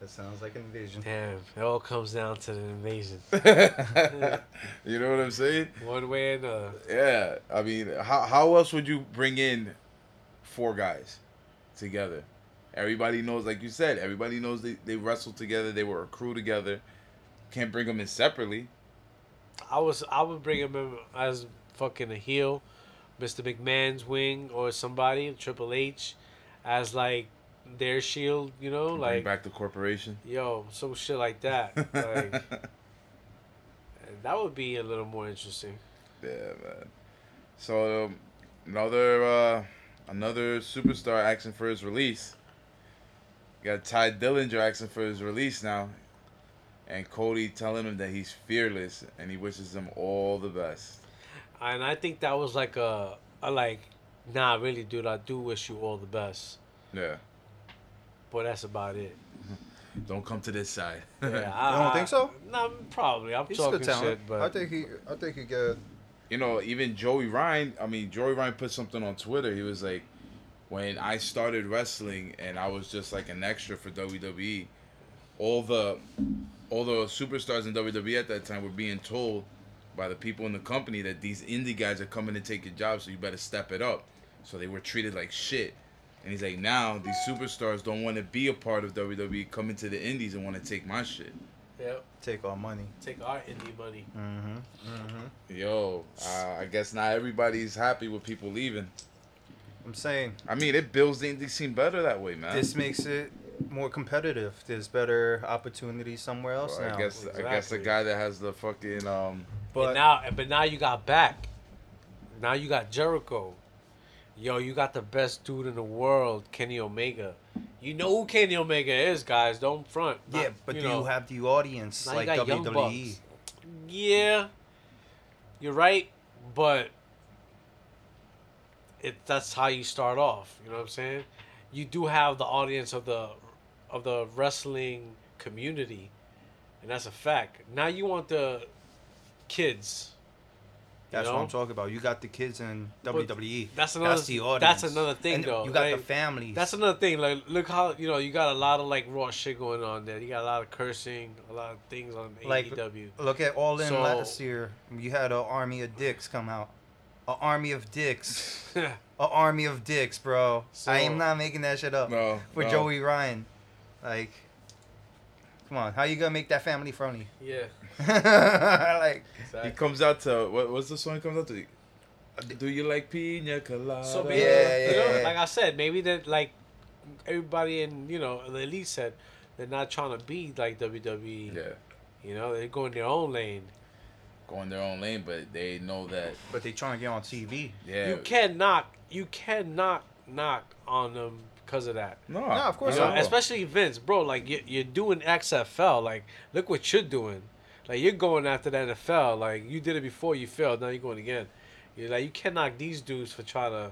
Speaker 6: That sounds like an invasion.
Speaker 5: Damn, it all comes down to the invasion,
Speaker 4: you know what I'm saying?
Speaker 5: one way or another.
Speaker 4: Yeah. I mean, how how else would you bring in four guys together? Everybody knows, like you said, everybody knows they, they wrestled together. They were a crew together. Can't bring them in separately.
Speaker 5: I was I would bring him in as fucking a heel, Mr. McMahon's wing or somebody Triple H, as like their shield, you know,
Speaker 4: bring
Speaker 5: like
Speaker 4: back the corporation.
Speaker 5: yo some shit like that. Like that would be a little more interesting.
Speaker 4: Yeah, man. So um, another uh, another superstar asking for his release. You got Ty Dillinger asking for his release now, and Cody telling him that he's fearless and he wishes him all the best.
Speaker 5: And I think that was like a, a like, nah, really, dude, I do wish you all the best,
Speaker 4: Yeah,
Speaker 5: but that's about it.
Speaker 4: don't come to this side.
Speaker 5: Yeah,
Speaker 6: You don't think so?
Speaker 5: No, probably. I'm
Speaker 6: He's a
Speaker 5: talking
Speaker 6: good talent.
Speaker 5: shit, but
Speaker 6: I think he, I think he get.
Speaker 4: you know, even Joey Ryan. I mean, Joey Ryan put something on Twitter. He was like, "When I started wrestling and I was just like an extra for WWE, all the all the superstars in WWE at that time were being told by the people in the company that these indie guys are coming to take your job, so you better step it up." So they were treated like shit. And he's like, "Now these superstars don't want to be a part of WWE, coming to the indies and want to take my shit."
Speaker 5: yeah,
Speaker 6: Take all money.
Speaker 5: take our indie money.
Speaker 6: Mm-hmm.
Speaker 4: Yo, uh, I guess not everybody's happy with people leaving.
Speaker 6: I'm saying
Speaker 4: I mean, it builds the indie scene better that way, man.
Speaker 6: this makes it more competitive. There's better opportunities somewhere else
Speaker 4: Well,
Speaker 6: now.
Speaker 4: I guess I guess the
Speaker 5: Exactly.
Speaker 4: guy that has the fucking um
Speaker 5: But
Speaker 6: But-
Speaker 5: now, but now you got back. Now you got Jericho. Yo, you got the best dude in the world, Kenny Omega. You know who Kenny Omega is, guys. Don't front.
Speaker 6: yeah,
Speaker 5: Not-
Speaker 6: but do
Speaker 5: know,
Speaker 6: you have the audience
Speaker 5: now
Speaker 6: like E?
Speaker 5: you got Young
Speaker 6: WWE?
Speaker 5: Bucks. Yeah, you're right, but it that's how you start off. You know what I'm saying? You do have the audience of the of the wrestling community, and that's a fact. Now you want the kids. you
Speaker 6: That's what
Speaker 5: know?
Speaker 6: I'm talking about. You got the kids in
Speaker 5: But
Speaker 6: WWE.
Speaker 5: that's another-
Speaker 6: That's the audience.
Speaker 5: that's another thing,
Speaker 6: And
Speaker 5: though.
Speaker 6: You got
Speaker 5: They-
Speaker 6: the families.
Speaker 5: That's another thing. Like, look how you know you got a lot of like raw shit going on there. You got a lot of cursing, a lot of things on E
Speaker 6: like
Speaker 5: AEW.
Speaker 6: look at All In
Speaker 5: So-
Speaker 6: last year. You had an army of dicks come out. An army of dicks. An army of dicks, bro. I
Speaker 5: So-
Speaker 6: am not making that shit up.
Speaker 4: No,
Speaker 6: For
Speaker 4: no.
Speaker 6: Joey Ryan, like, come on, how you gonna make that family friendly?
Speaker 5: yeah,
Speaker 6: like,
Speaker 4: he
Speaker 5: exactly.
Speaker 4: comes out to what what's the song he comes out to? Do you like pina colada?
Speaker 5: So maybe,
Speaker 6: Yeah, yeah,
Speaker 5: you know,
Speaker 6: yeah.
Speaker 5: like I said, maybe that like everybody in you know the elite said they're not trying to be like WWE.
Speaker 4: yeah,
Speaker 5: You know they're going their own lane.
Speaker 4: going their own lane, but they know that
Speaker 6: but they trying to get on TV.
Speaker 4: yeah.
Speaker 5: You can knock. You can knock knock on them because of that.
Speaker 4: No,
Speaker 6: No, of course
Speaker 5: You know,
Speaker 6: not.
Speaker 5: especially Vince, bro. Like you, you're doing XFL. Like look what you're doing. Like you're going after the NFL. Like you did it before, you failed. Now you're going again. You're like you can't knock these dudes for trying to.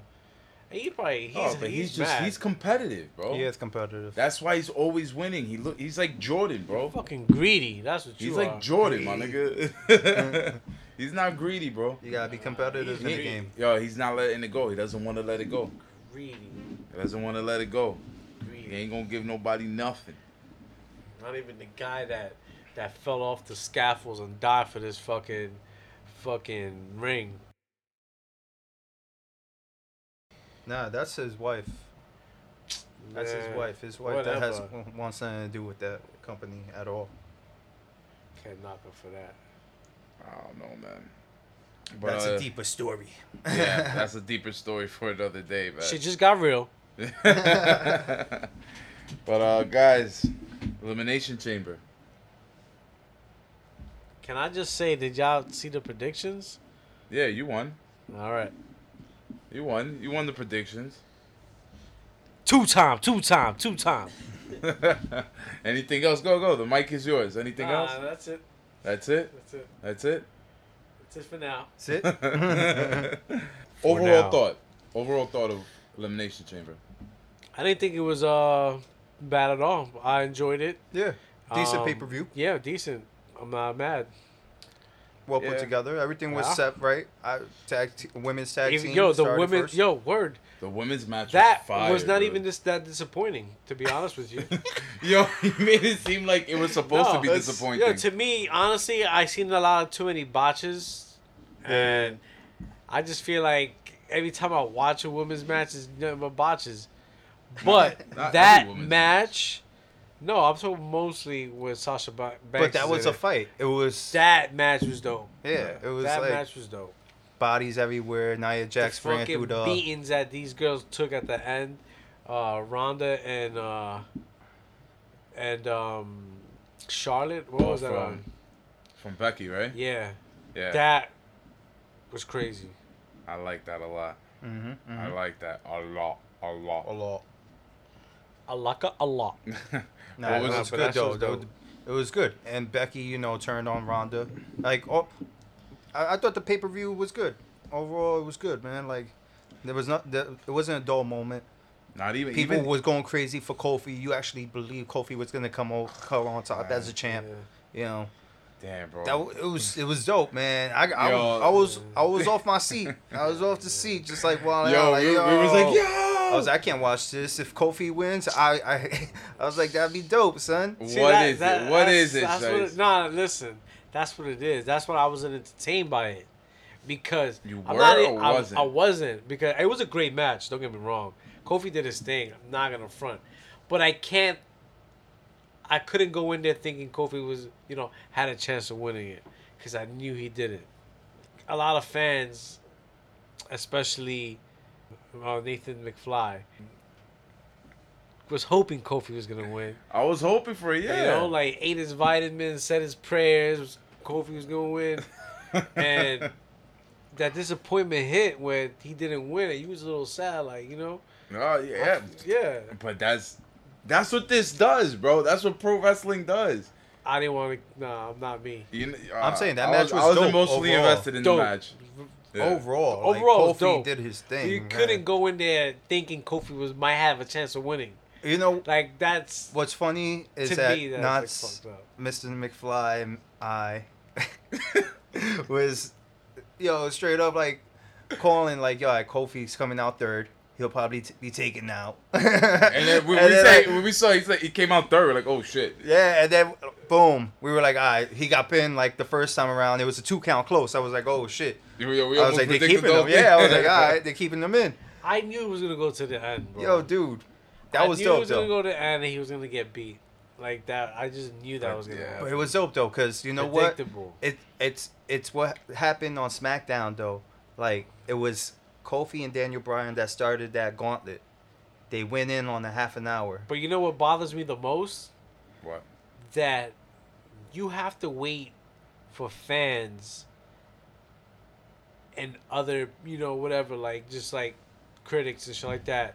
Speaker 5: And he probably he's
Speaker 4: oh, but
Speaker 5: he's,
Speaker 4: he's, just
Speaker 5: mad.
Speaker 4: he's competitive, bro.
Speaker 6: He is competitive.
Speaker 4: That's why he's always winning. He look he's like Jordan, bro.
Speaker 5: fucking greedy. That's what you
Speaker 4: He's
Speaker 5: are.
Speaker 4: like Jordan, my nigga. he's not greedy, bro.
Speaker 6: You gotta be competitive in the game.
Speaker 4: Yo, he's not letting it go. He doesn't want to let it go.
Speaker 5: greedy,
Speaker 4: He doesn't want to let it go. He
Speaker 5: greedy.
Speaker 4: ain't gonna give nobody nothing.
Speaker 5: Not even the guy that that fell off the scaffolds and died for this fucking fucking ring.
Speaker 6: Nah, that's his wife. That's his
Speaker 5: Man,
Speaker 6: wife. His wife that has
Speaker 5: whatever.
Speaker 6: w- wants nothing to do with that company at all.
Speaker 5: Can't knock him for that.
Speaker 4: I don't know, man.
Speaker 6: that's
Speaker 4: uh,
Speaker 6: a deeper story.
Speaker 4: yeah, that's a deeper story for another day, man.
Speaker 5: Shit just got real.
Speaker 4: but uh, guys, elimination chamber.
Speaker 5: Can I just say, did y'all see the predictions?
Speaker 4: Yeah, you won.
Speaker 5: All right.
Speaker 4: You won. You won the predictions.
Speaker 5: Two time, two time, two time.
Speaker 4: Anything else? Go go. The mic is yours. Anything else?
Speaker 5: that's it.
Speaker 4: That's it.
Speaker 5: That's it.
Speaker 4: That's it.
Speaker 5: That's it for now.
Speaker 6: That's it.
Speaker 4: Overall
Speaker 5: now.
Speaker 4: thought. Overall thought of elimination chamber.
Speaker 5: I didn't think it was uh bad at all. I enjoyed it.
Speaker 6: yeah. Decent
Speaker 5: Um,
Speaker 6: pay per view.
Speaker 5: Yeah, decent. I'm not mad.
Speaker 6: Well
Speaker 4: yeah.
Speaker 6: put together. Everything was
Speaker 5: Yeah.
Speaker 6: set right. I tag te- women's tag
Speaker 5: Even-
Speaker 6: team.
Speaker 5: yo, the
Speaker 6: started
Speaker 5: women.
Speaker 6: first.
Speaker 5: Yo, word.
Speaker 4: The women's match.
Speaker 5: That
Speaker 4: was, fire,
Speaker 5: was not
Speaker 4: bro.
Speaker 5: even just that disappointing. To be honest with you.
Speaker 4: Yo, he made it seem like it was supposed
Speaker 5: No,
Speaker 4: to be
Speaker 5: it's-
Speaker 4: disappointing.
Speaker 5: Yo, to me, honestly, I seen a lot of too many botches, and I just feel like every time I watch a women's match, it's nothing but botches. But
Speaker 4: not every
Speaker 5: that
Speaker 4: women's
Speaker 5: match, no, I'm talking mostly with Sasha Ba- Banks.
Speaker 6: But that
Speaker 5: is
Speaker 6: was a
Speaker 5: in it.
Speaker 6: fight. It was
Speaker 5: That match was dope.
Speaker 6: yeah. It was
Speaker 5: that
Speaker 6: like
Speaker 5: match was dope.
Speaker 6: bodies everywhere. Nia
Speaker 5: The
Speaker 6: Jax ran
Speaker 5: fucking
Speaker 6: through the
Speaker 5: beatings that these girls took at the end, uh, Ronda and uh, and um, Charlotte. What
Speaker 4: Oh,
Speaker 5: was that?
Speaker 4: from-
Speaker 5: one?
Speaker 4: From Becky, right?
Speaker 5: Yeah.
Speaker 4: Yeah.
Speaker 5: That was crazy.
Speaker 4: I like that a lot.
Speaker 6: Mhm,
Speaker 4: I like that a lot, a lot.
Speaker 6: a lot.
Speaker 5: I like it a lot.
Speaker 6: Nah,
Speaker 4: What
Speaker 6: it
Speaker 4: was
Speaker 6: was
Speaker 5: it-
Speaker 6: good
Speaker 5: that shit
Speaker 6: though.
Speaker 5: was dope.
Speaker 6: It was good. And Becky, you know, turned on Ronda. Like, oh, I, I thought the pay per view was good. Overall, it was good, man. Like, there was not. There, it wasn't a dull moment.
Speaker 4: Not even
Speaker 6: People
Speaker 4: even
Speaker 6: was going crazy for Kofi. You actually believe Kofi was gonna come o- come on top as a champ. You know,
Speaker 4: damn, bro.
Speaker 6: that w- it was it was dope, man. I, I,
Speaker 4: Yo.
Speaker 6: I was I was off my seat. I was off the seat, just like while
Speaker 4: yo,
Speaker 6: like,
Speaker 4: we, we was like, yo.
Speaker 6: I was like, I can't watch this. If Kofi wins, I I, I was like, that'd be dope, son.
Speaker 4: What is
Speaker 5: See, that- that-
Speaker 4: it? What
Speaker 5: that's-
Speaker 4: is it?
Speaker 5: That's what
Speaker 4: Shice?
Speaker 5: it nah, listen. That's what it is. That's what I wasn't entertained by it. Because
Speaker 4: You
Speaker 5: I'm
Speaker 4: were
Speaker 5: not,
Speaker 4: or
Speaker 5: I,
Speaker 4: wasn't?
Speaker 5: I wasn't because it was a great match. Don't get me wrong. Kofi did his thing. I'm not gonna front, but I can't. I couldn't go in there thinking Kofi was, you know, had a chance of winning it because I knew he didn't. A lot of fans, especially uh, Nathan McFly, was hoping Kofi was gonna win.
Speaker 4: I was hoping for it, yeah.
Speaker 5: You know, like ate his vitamins, said his prayers. Kofi was gonna win, and that disappointment hit when he didn't win. He was a little sad, like you know.
Speaker 4: oh yeah,
Speaker 5: Yeah,
Speaker 4: but that's that's what this does, bro. That's what pro wrestling does.
Speaker 5: I didn't want to. Nah, I'm not me.
Speaker 4: You kn-
Speaker 6: I'm
Speaker 4: uh,
Speaker 6: saying that
Speaker 4: I was,
Speaker 6: match was
Speaker 4: I was
Speaker 6: dope
Speaker 4: emotionally
Speaker 6: overall.
Speaker 4: invested in
Speaker 5: Dope.
Speaker 4: the match. Yeah.
Speaker 6: Overall, like,
Speaker 5: Overall, it was
Speaker 6: Kofi
Speaker 5: dope.
Speaker 6: did his thing.
Speaker 5: You
Speaker 6: man.
Speaker 5: couldn't go in there thinking Kofi was might have a chance of winning.
Speaker 6: You know
Speaker 5: Like that's
Speaker 6: what's funny is
Speaker 5: To
Speaker 6: that
Speaker 5: me, that's, like,
Speaker 6: Knots,
Speaker 5: fucked up.
Speaker 6: Mr. McFly, and I was yo straight up like calling like yo, like, Kofi's coming out third. He'll probably t- be taken out. and
Speaker 4: And then when we
Speaker 6: then,
Speaker 4: say
Speaker 6: like,
Speaker 4: when we saw, he said he came out third. We're like, oh shit.
Speaker 6: Yeah, and then boom, we were like, all right, he got pinned like the first time around. It was a two count close. I was like, oh shit.
Speaker 4: We, we
Speaker 6: I was
Speaker 4: almost
Speaker 6: like, they're
Speaker 4: predicted
Speaker 6: keeping
Speaker 4: the
Speaker 6: them.
Speaker 4: whole thing.
Speaker 6: Yeah, I was like, all right, they're keeping them in.
Speaker 5: I knew it was gonna go to the end, bro.
Speaker 6: Yo, dude, that
Speaker 5: I
Speaker 6: was
Speaker 5: knew It
Speaker 6: dope
Speaker 5: was gonna
Speaker 6: though.
Speaker 5: go to the end, and he was gonna get beat. Like that, I just knew that was gonna
Speaker 4: Yeah.
Speaker 5: happen.
Speaker 6: But it was dope though, cause you know what?
Speaker 5: Predictable.
Speaker 6: It it's it's what happened on SmackDown though. Like it was Kofi and Daniel Bryan that started that gauntlet. They went in on a half an hour.
Speaker 5: But you know what bothers me the most?
Speaker 4: What?
Speaker 5: that you have to wait for fans and other, you know, whatever, like just like critics and shit like that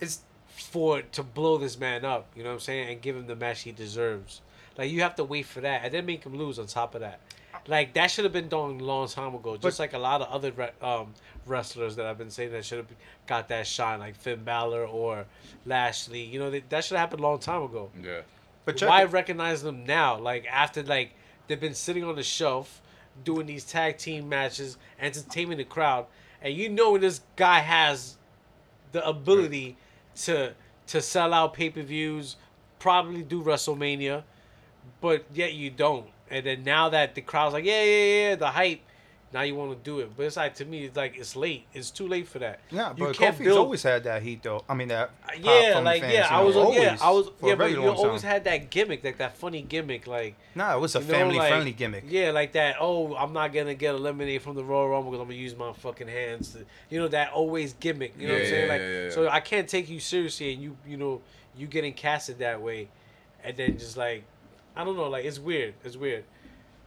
Speaker 6: It's
Speaker 5: for to blow this man up. You know what I'm saying? And give him the match he deserves. Like you have to wait for that, and then make him lose on top of that. Like that should have been done a long time ago. Just like a lot of other re- um, wrestlers that I've been saying that should have got that shine, like Finn Balor or Lashley. You know that, that should have happened a long time ago.
Speaker 4: Yeah.
Speaker 6: But
Speaker 5: Why
Speaker 6: check, it-
Speaker 5: recognize them now? Like after like they've been sitting on the shelf doing these tag team matches, entertaining the crowd, and you know this guy has the ability to to sell out pay per views, probably do WrestleMania, but yet you don't. And then now that the crowd's like, yeah, yeah, yeah, the hype. Now you want to do it, but it's like to me, it's like it's late. It's too late for that.
Speaker 6: yeah,
Speaker 5: you
Speaker 6: but
Speaker 5: can't
Speaker 6: Kofi's
Speaker 5: build.
Speaker 6: always had that heat though. I mean that. pop
Speaker 5: Uh, yeah,
Speaker 6: from the
Speaker 5: like
Speaker 6: fans,
Speaker 5: yeah,
Speaker 6: you
Speaker 5: I
Speaker 6: know,
Speaker 5: was yeah,
Speaker 6: always,
Speaker 5: I was
Speaker 6: for a
Speaker 5: yeah, but
Speaker 6: very
Speaker 5: you
Speaker 6: long
Speaker 5: always
Speaker 6: time.
Speaker 5: had that gimmick, like that funny gimmick, like
Speaker 6: Nah, it was a
Speaker 5: you know,
Speaker 6: family
Speaker 5: like-
Speaker 6: friendly gimmick.
Speaker 5: Yeah, like that. Oh, I'm not gonna get eliminated from the Royal Rumble because I'm gonna use my fucking hands. To, you know that always gimmick. You know what
Speaker 4: Yeah,
Speaker 5: I'm saying?
Speaker 4: yeah,
Speaker 5: Like,
Speaker 4: yeah, yeah.
Speaker 5: so I can't take you seriously, and you you know you getting casted that way, and then just like, I don't know, like it's weird. It's weird.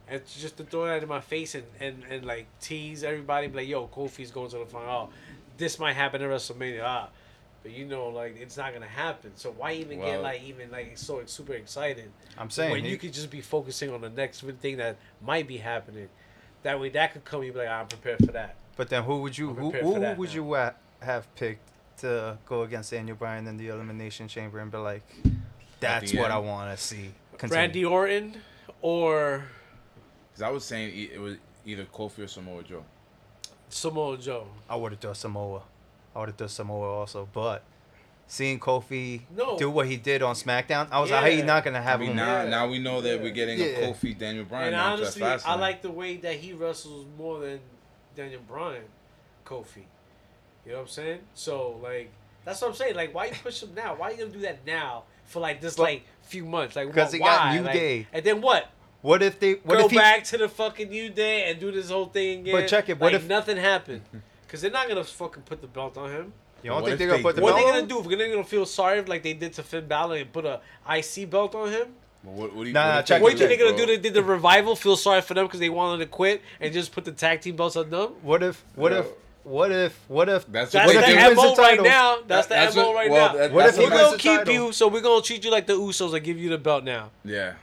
Speaker 5: And it's just to throw that in my face and, and, and like tease everybody, be like, yo, Kofi's going to the final. Oh, this might happen at WrestleMania. Ah, but you know, like it's not gonna happen. So why even get
Speaker 4: Well-
Speaker 5: like even like so super excited?
Speaker 6: I'm saying
Speaker 5: when
Speaker 6: he-
Speaker 5: you could just be focusing on the next thing that might be happening. That way, that could come. You be like, "Ah, I'm prepared for that.
Speaker 6: But then who would you who,
Speaker 5: prepared for
Speaker 6: who
Speaker 5: that
Speaker 6: would
Speaker 5: now.
Speaker 6: you uh, have picked to go against Daniel Bryan in the Elimination Chamber and be like, that's
Speaker 4: the
Speaker 6: what I
Speaker 4: end.
Speaker 6: want to see. Continue.
Speaker 5: Randy Orton or
Speaker 4: Because I was saying e- it was either Kofi or Samoa Joe.
Speaker 5: Samoa Joe.
Speaker 6: I would have done Samoa. I would have done Samoa also, but seeing Kofi
Speaker 5: No.
Speaker 6: do what he did on SmackDown, I was like, how
Speaker 5: Yeah.
Speaker 6: you not gonna
Speaker 4: I
Speaker 6: have
Speaker 4: mean,
Speaker 6: him?
Speaker 4: now,
Speaker 5: Yeah.
Speaker 4: now we know that we're getting
Speaker 6: Yeah.
Speaker 4: a Kofi Daniel Bryan
Speaker 5: and
Speaker 4: match
Speaker 5: honestly,
Speaker 4: at Fastlane.
Speaker 5: I like the way that he wrestles more than Daniel Bryan, Kofi. You know what I'm saying? So like, that's what I'm saying. Like, why you push him now? Why you gonna do that now for like this like few months? Like,
Speaker 6: 'Cause
Speaker 5: wh-
Speaker 6: he
Speaker 5: why?
Speaker 6: got New
Speaker 5: Like,
Speaker 6: Day.
Speaker 5: And then what?
Speaker 6: What if they? What
Speaker 5: go
Speaker 6: if he?
Speaker 5: back to the fucking New Day and do this whole thing again.
Speaker 6: But check it, what
Speaker 5: like
Speaker 6: if-
Speaker 5: nothing happened? Because they're not gonna fucking put the belt on him.
Speaker 6: You don't
Speaker 4: What
Speaker 6: think
Speaker 4: if
Speaker 6: they're gonna
Speaker 4: they
Speaker 6: put the
Speaker 4: do?
Speaker 5: What
Speaker 6: belt?
Speaker 5: are they
Speaker 6: on
Speaker 5: gonna
Speaker 6: him?
Speaker 5: do? We're gonna feel sorry like they did to Finn Balor and put a IC belt on him.
Speaker 4: But what, what do you,
Speaker 6: Nah,
Speaker 4: what
Speaker 6: nah,
Speaker 4: if
Speaker 6: check
Speaker 5: What do you
Speaker 6: it.
Speaker 5: think they're gonna do?
Speaker 4: bro?
Speaker 5: They did the revival. Feel sorry for them because they wanted to quit and just put the tag team belts on them.
Speaker 6: What if? What
Speaker 4: Yeah.
Speaker 6: if? What if? What if?
Speaker 4: That's
Speaker 5: That's
Speaker 4: Wait,
Speaker 5: the
Speaker 4: they
Speaker 6: wins the
Speaker 5: MO right
Speaker 6: title.
Speaker 5: now. That's
Speaker 4: That- that's
Speaker 5: the MO
Speaker 4: what-
Speaker 5: right
Speaker 4: well,
Speaker 5: now.
Speaker 4: that-
Speaker 6: What
Speaker 4: that's
Speaker 6: if he
Speaker 5: we're
Speaker 4: what I-
Speaker 6: wins
Speaker 5: gonna
Speaker 6: the
Speaker 5: keep
Speaker 6: title?
Speaker 5: you, so we're gonna treat you like the Usos and give you the belt now.
Speaker 4: Yeah,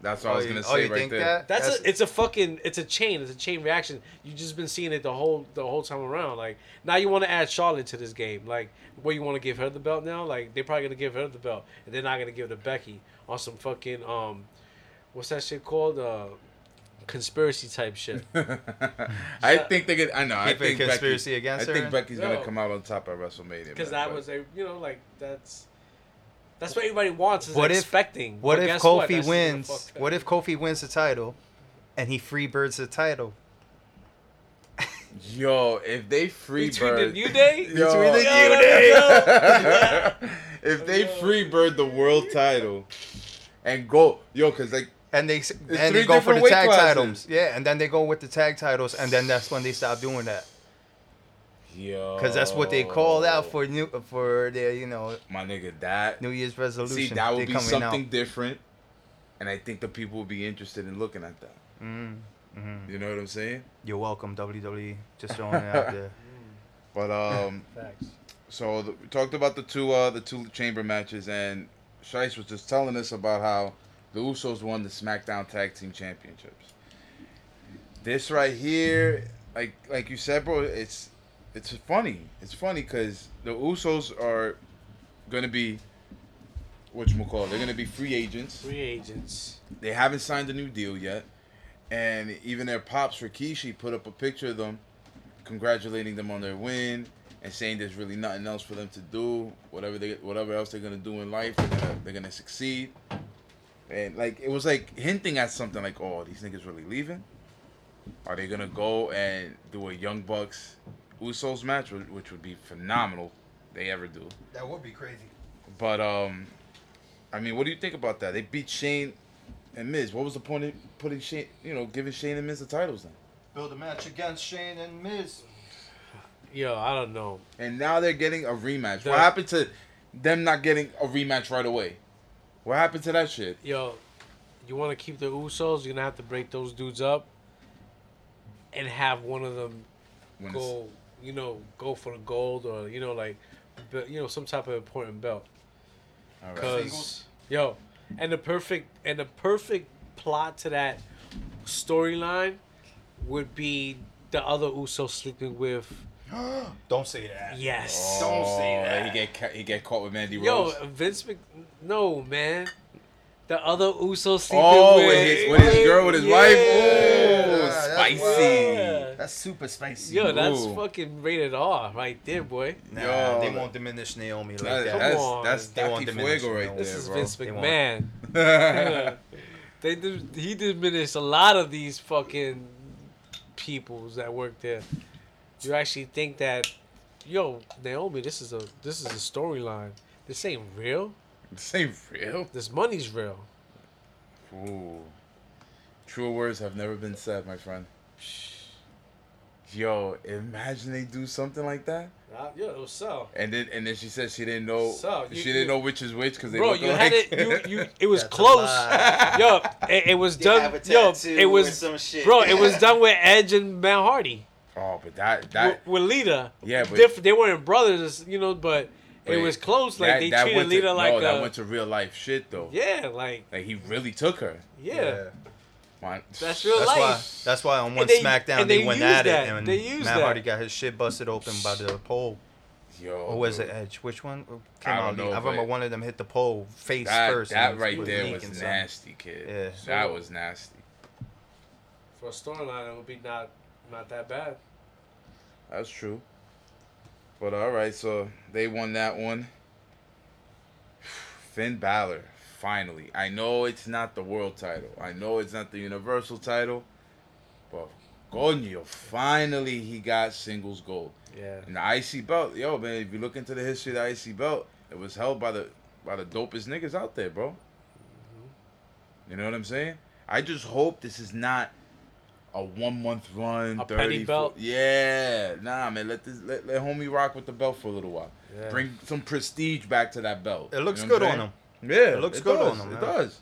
Speaker 4: that's what I was
Speaker 6: you-
Speaker 4: gonna
Speaker 6: oh,
Speaker 4: say
Speaker 6: you
Speaker 4: right
Speaker 6: think
Speaker 4: there.
Speaker 6: that?
Speaker 5: That's,
Speaker 6: That's-
Speaker 5: a, it's a fucking it's a chain it's a chain reaction. You have just been seeing it the whole the whole time around. Like now you want to add Charlotte to this game. Like what you want to give her the belt now? Like they're probably gonna give her the belt and they're not gonna give it to Becky on some fucking um, what's that shit called? Uh, conspiracy type shit.
Speaker 4: I think they could. I know. I
Speaker 6: Keep a
Speaker 4: think
Speaker 6: conspiracy
Speaker 4: Becky,
Speaker 6: against
Speaker 4: I think
Speaker 6: her?
Speaker 4: Becky's
Speaker 5: No.
Speaker 4: gonna come out on top at WrestleMania.
Speaker 5: Because
Speaker 4: man,
Speaker 5: that
Speaker 4: but-
Speaker 5: was a you know like that's that's what everybody wants is
Speaker 6: What if-
Speaker 5: expecting. But
Speaker 6: What if
Speaker 5: guess
Speaker 6: Kofi
Speaker 5: That's just gonna
Speaker 6: wins?
Speaker 5: fuck that.
Speaker 6: What if Kofi wins the title, and he freebirds the title?
Speaker 4: Yo, if they free
Speaker 5: Between the
Speaker 4: bird,
Speaker 5: New Day?
Speaker 4: Yo,
Speaker 6: Between the
Speaker 5: Yo,
Speaker 6: New
Speaker 5: yo, yo.
Speaker 4: if they free bird the world title, and go, yo, cause like
Speaker 6: And they s- and
Speaker 4: three
Speaker 6: they go for
Speaker 4: different
Speaker 6: the
Speaker 4: weight
Speaker 6: tag
Speaker 4: classes.
Speaker 6: titles. Yeah, and then they go with the tag titles, and then that's when they stop doing that
Speaker 4: yo,
Speaker 6: because that's what they called
Speaker 4: Oh.
Speaker 6: out for new for their you know
Speaker 4: My nigga, that
Speaker 6: New Year's resolution.
Speaker 4: see that
Speaker 6: They
Speaker 4: would be
Speaker 6: coming out.
Speaker 4: something different, and I think the people would be interested in looking at that. You know what I'm saying?
Speaker 6: Mm. You're welcome, WWE. Just throwing it out there.
Speaker 4: But um,
Speaker 5: Facts.
Speaker 4: so the, we talked about the two uh the two chamber matches, and Shice was just telling us about how the Usos won the SmackDown Tag Team Championships. This right here, like like you said, bro, it's it's funny. It's funny because the Usos are gonna be what you call they're gonna be free agents
Speaker 5: Free agents.
Speaker 4: they haven't signed a new deal yet, and even their pops Rikishi put up a picture of them, congratulating them on their win and saying there's really nothing else for them to do. Whatever they, whatever else they're gonna do in life, they're gonna, they're gonna succeed. And like it was like hinting at something like, oh, these niggas really leaving? Are they gonna go and do a Young Bucks Usos match, which which would be phenomenal, if they ever do.
Speaker 6: That would be crazy.
Speaker 4: But um, I mean, what do you think about that? They beat Shane and Miz. What was the point of putting Shane, you know, giving Shane and Miz the titles then?
Speaker 6: Build a match against Shane and Miz.
Speaker 5: Yo, I don't know.
Speaker 4: And now they're getting a rematch.
Speaker 5: The-
Speaker 4: what happened to them not getting a rematch right away? What happened to that shit?
Speaker 5: yo, you want to keep the Usos, you're gonna have to break those dudes up and have one of them
Speaker 4: When it's-
Speaker 5: go, you know, go for the gold or you know, like, but you know, some type of important belt.
Speaker 4: All right.
Speaker 5: Cause yo, and the perfect and the perfect plot to that storyline would be the other Uso sleeping with
Speaker 6: Don't say that.
Speaker 5: yes.
Speaker 6: Don't say
Speaker 4: Oh,
Speaker 6: that.
Speaker 4: he get ca- he get caught with Mandy
Speaker 5: Yo,
Speaker 4: Rose.
Speaker 5: Vince Mc no man, the other Uso sleeping
Speaker 4: Oh,
Speaker 5: with,
Speaker 4: with his, with his girl, with his wife. Oh.
Speaker 5: Yeah.
Speaker 4: Ooh,
Speaker 6: that's
Speaker 4: spicy.
Speaker 5: wild.
Speaker 6: That's super spicy.
Speaker 5: Yo, that's
Speaker 4: Ooh.
Speaker 5: fucking rated R right there, boy.
Speaker 6: Nah,
Speaker 4: Yo.
Speaker 6: they won't diminish Naomi like
Speaker 4: That-
Speaker 6: that.
Speaker 4: that's
Speaker 5: on.
Speaker 4: that's
Speaker 6: They want
Speaker 4: Taki
Speaker 6: diminished
Speaker 4: Fuego right
Speaker 6: milk.
Speaker 4: there,
Speaker 5: This is
Speaker 4: bro.
Speaker 5: Vince
Speaker 6: They want-
Speaker 5: McMahon. they did, he diminished a lot of these fucking peoples that work there. You actually think that, yo, Naomi, this is a this is a storyline. This ain't real.
Speaker 4: this ain't real.
Speaker 5: This money's real.
Speaker 4: Ooh. True words have never been said, my friend. Yo, imagine they do something like that,
Speaker 5: yo, it was so.
Speaker 4: and then and then she said she didn't know
Speaker 5: So, you-
Speaker 4: she didn't
Speaker 5: you-
Speaker 4: know which is which because they
Speaker 5: Bro,
Speaker 4: look
Speaker 5: you
Speaker 4: alike.
Speaker 5: had it. You, you it was
Speaker 6: That's a
Speaker 5: close.
Speaker 6: lie.
Speaker 5: Yo, it, it was done.
Speaker 6: have a
Speaker 5: Yo,
Speaker 6: tattoo
Speaker 5: it
Speaker 6: or
Speaker 5: was
Speaker 6: some shit.
Speaker 5: bro. It was done with Edge and Matt Hardy.
Speaker 4: oh, but that that
Speaker 5: with, with Lita.
Speaker 4: Yeah, but-
Speaker 5: Diff- they weren't brothers, you know, but it
Speaker 4: wait,
Speaker 5: was close. Like
Speaker 4: that-
Speaker 5: they
Speaker 4: that
Speaker 5: treated
Speaker 4: went to-
Speaker 5: Lita like
Speaker 4: no,
Speaker 5: a,
Speaker 4: that went to real life shit though.
Speaker 5: yeah, like
Speaker 4: Like he really took her.
Speaker 5: yeah,
Speaker 4: My-
Speaker 5: that's real
Speaker 6: That's
Speaker 5: life.
Speaker 6: why. That's why on one
Speaker 5: they-
Speaker 6: SmackDown
Speaker 5: and
Speaker 6: they,
Speaker 5: they
Speaker 6: went
Speaker 5: used
Speaker 6: at
Speaker 5: that.
Speaker 6: it, and
Speaker 5: They used
Speaker 6: Matt
Speaker 5: that.
Speaker 6: Hardy got his shit busted open by the pole.
Speaker 4: Yo,
Speaker 6: Or was
Speaker 4: dude,
Speaker 6: it Edge? Which one came
Speaker 4: I don't
Speaker 6: out?
Speaker 4: know,
Speaker 6: I remember
Speaker 4: but-
Speaker 6: one of them hit the pole face
Speaker 4: That,
Speaker 6: first. and
Speaker 4: that
Speaker 6: it
Speaker 4: right there
Speaker 6: leaking
Speaker 4: was
Speaker 6: something.
Speaker 4: nasty, kid.
Speaker 6: Yeah.
Speaker 4: That was nasty.
Speaker 5: For a storyline, it would be not not that bad.
Speaker 4: That's true. But all right, so they won that one. Finn Balor, finally. I know it's not the world title. I know it's not the universal title. But Gonyo, finally he got singles gold.
Speaker 5: Yeah,
Speaker 4: And the IC belt, yo man, if you look into the history of the IC belt, it was held by the by the dopest niggas out there, bro.
Speaker 5: Mm-hmm.
Speaker 4: You know what I'm saying? I just hope this is not a one month run,
Speaker 5: A penny
Speaker 4: 30 fo-
Speaker 5: belt?
Speaker 4: yeah, nah, man. Let this let, let homie rock with the belt for a little while.
Speaker 5: Yeah.
Speaker 4: Bring some prestige back to that belt.
Speaker 6: It looks
Speaker 4: You know what
Speaker 6: good
Speaker 4: I'm
Speaker 6: on
Speaker 4: saying? Yeah,
Speaker 6: It looks good on
Speaker 4: does,
Speaker 6: him,
Speaker 4: It
Speaker 6: man.
Speaker 4: does.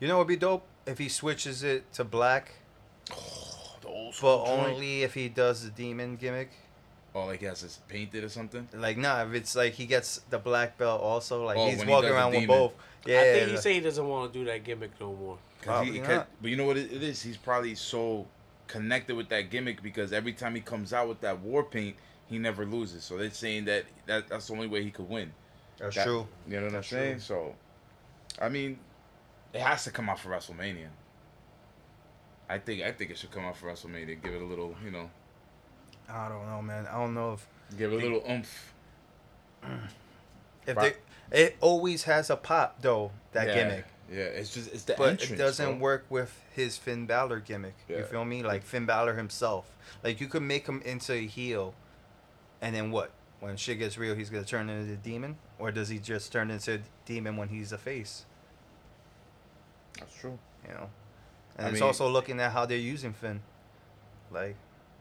Speaker 6: You know, it'd be dope if he switches it to black,
Speaker 4: The old
Speaker 6: but
Speaker 4: school joint.
Speaker 6: only if he does the demon gimmick.
Speaker 4: oh, like yes, it's painted or something.
Speaker 6: Like, nah, if it's like he gets the black belt also, like
Speaker 4: Oh,
Speaker 6: he's
Speaker 4: when he
Speaker 6: walking
Speaker 4: does the
Speaker 6: around with
Speaker 4: demon.
Speaker 6: both. Yeah,
Speaker 5: I think he
Speaker 6: like-
Speaker 5: said he doesn't want to do that gimmick no more.
Speaker 4: 'Cause he-
Speaker 6: Probably
Speaker 4: he
Speaker 6: not.
Speaker 4: kept- but you know what it, it is? He's probably so connected with that gimmick because every time he comes out with that war paint, he never loses. So they're saying that, that that's the only way he could win.
Speaker 6: that's
Speaker 4: That-
Speaker 6: true.
Speaker 4: You know what
Speaker 6: That's
Speaker 4: I'm saying? So, I mean, it has to come out for WrestleMania. I think I think it should come out for WrestleMania. Give it a little, you know,
Speaker 6: I don't know, man. I don't know if
Speaker 4: give it a little oomph.
Speaker 6: if
Speaker 4: Right.
Speaker 6: they. It always has a pop though that
Speaker 4: yeah.
Speaker 6: gimmick,
Speaker 4: Yeah, it's just it's the
Speaker 6: but
Speaker 4: entrance.
Speaker 6: it doesn't
Speaker 4: bro.
Speaker 6: work with his Finn Balor gimmick. You
Speaker 4: Yeah.
Speaker 6: feel me? Like Finn Balor himself. Like you could make him into a heel, and then what? When shit gets real, he's gonna turn into a demon, or does he just turn into a demon when he's a face?
Speaker 4: That's true.
Speaker 6: You know. And
Speaker 4: I
Speaker 6: it's
Speaker 4: mean-
Speaker 6: also looking at how they're using Finn. Like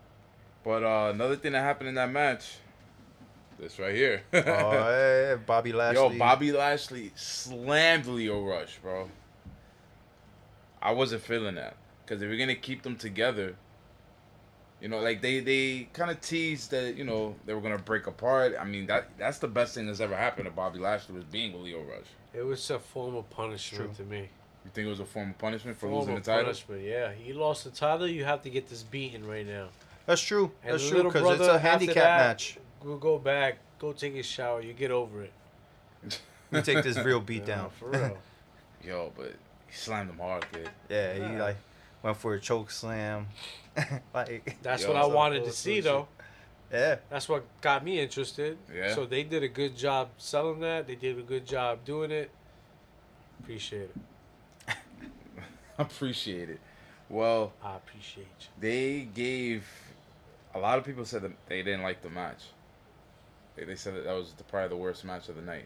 Speaker 4: But uh, another thing that happened in that match, this right here.
Speaker 6: oh, hey, Bobby Lashley.
Speaker 4: Yo, Bobby Lashley slammed Leo Rush, bro. I wasn't feeling that because if you're gonna keep them together, you know, like they they kind of teased that you know they were gonna break apart. I mean that that's the best thing that's ever happened to Bobby Lashley was being with Leo Rush.
Speaker 5: It was a form of punishment to me.
Speaker 4: You think it was a form of punishment for
Speaker 5: Form
Speaker 4: losing the
Speaker 5: of
Speaker 4: title?
Speaker 5: punishment. Yeah, you lost the title. You have to get this beaten right now.
Speaker 6: That's true.
Speaker 5: And
Speaker 6: That's
Speaker 5: the
Speaker 6: true
Speaker 5: little
Speaker 6: because it's
Speaker 5: brother,
Speaker 6: a
Speaker 5: after
Speaker 6: handicap
Speaker 5: that-
Speaker 6: match.
Speaker 5: We'll go back. Go take a shower. You get over it.
Speaker 6: We take this real
Speaker 5: You
Speaker 6: beat
Speaker 5: know,
Speaker 6: down.
Speaker 5: for real.
Speaker 4: Yo, but he slammed him hard, kid.
Speaker 6: yeah, he like went for a choke slam. like
Speaker 5: That's
Speaker 4: Yo,
Speaker 5: what I
Speaker 4: that's
Speaker 5: wanted
Speaker 6: cool
Speaker 5: to see,
Speaker 6: shit.
Speaker 5: though.
Speaker 6: yeah,
Speaker 5: That's what got me interested.
Speaker 4: Yeah.
Speaker 5: So they did a good job selling that. They did a good job doing it. Appreciate it.
Speaker 4: Appreciate it. Well,
Speaker 5: I appreciate you.
Speaker 4: they gave a lot of people said that they didn't like the match. They, they said that that was the, probably the worst match of the night.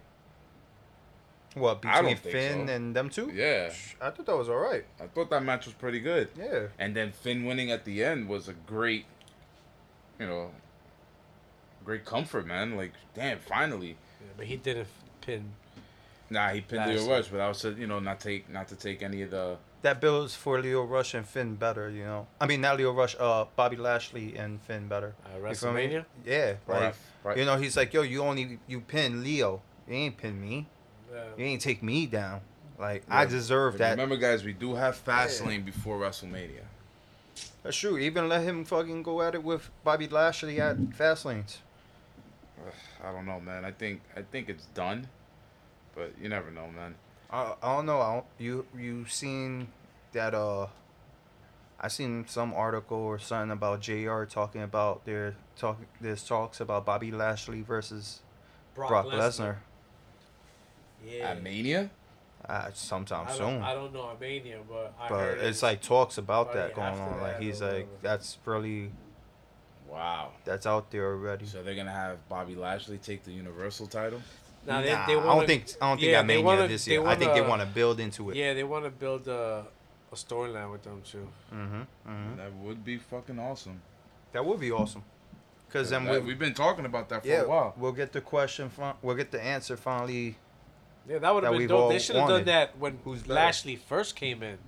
Speaker 6: what
Speaker 4: I don't
Speaker 6: between
Speaker 4: think
Speaker 6: Finn
Speaker 4: so.
Speaker 6: and them two?
Speaker 4: Yeah,
Speaker 6: I thought that was all right.
Speaker 4: I thought that match was pretty good.
Speaker 6: Yeah,
Speaker 4: And then Finn winning at the end was a great, you know, great comfort, man. Like, damn, finally.
Speaker 5: Yeah, but he didn't pin.
Speaker 4: Nah, he pinned Leo
Speaker 5: Nice.
Speaker 4: Rush, but I was, you know, not take not to take any of the
Speaker 6: that builds for Leo Rush and Finn better. You know, I mean not Leo Rush, uh, Bobby Lashley and Finn better.
Speaker 5: Uh,
Speaker 6: You feel me?
Speaker 5: WrestleMania?
Speaker 6: Yeah,
Speaker 4: Right,
Speaker 6: like,
Speaker 4: right.
Speaker 6: you know he's like, yo, you only you pin Leo, you ain't pin me.
Speaker 5: Yeah.
Speaker 6: You ain't take me down. Like I deserve
Speaker 4: And
Speaker 6: that.
Speaker 4: Remember, guys, we do have Fastlane before WrestleMania.
Speaker 6: That's true. Even let him fucking go at it with Bobby Lashley at Fast Lanes.
Speaker 4: I don't know, man. I think I think it's done, but you never know, man.
Speaker 6: I, I don't know. I don't, you you seen that? Uh, I seen some article or something about Jr. talking about their talk. There's talks about Bobby Lashley versus Brock, Lesnar.
Speaker 5: Yeah.
Speaker 4: At Mania,
Speaker 6: Uh, sometime
Speaker 5: I
Speaker 6: soon.
Speaker 5: don't, I don't know Armenia, but I
Speaker 6: but
Speaker 5: heard
Speaker 6: it's like talks about
Speaker 5: Probably
Speaker 6: that going
Speaker 5: after
Speaker 6: on. Like
Speaker 5: that
Speaker 6: he's
Speaker 5: or
Speaker 6: like,
Speaker 5: whatever.
Speaker 6: that's really
Speaker 4: wow.
Speaker 6: that's out there already.
Speaker 4: So they're gonna have Bobby Lashley take the Universal title.
Speaker 5: Nah,
Speaker 6: Nah, I
Speaker 5: wanna-
Speaker 6: don't think I don't think
Speaker 5: yeah,
Speaker 6: I
Speaker 5: they
Speaker 6: made
Speaker 5: wanna-
Speaker 6: it this year. I think they want to build into it.
Speaker 5: Yeah, they want to build a, a storyline with them too.
Speaker 6: hmm hmm
Speaker 4: That would be fucking awesome.
Speaker 6: That would be awesome. Cause then
Speaker 4: That-
Speaker 6: we,
Speaker 4: we've been talking about that for
Speaker 6: yeah,
Speaker 4: a while.
Speaker 6: we'll get the question. Fin- we'll get the answer finally.
Speaker 5: Yeah, that would
Speaker 6: That
Speaker 5: have been
Speaker 6: we've
Speaker 5: dope.
Speaker 6: all
Speaker 5: They should have done
Speaker 6: wanted.
Speaker 5: that when
Speaker 6: Who's better?
Speaker 5: Lashley first came in.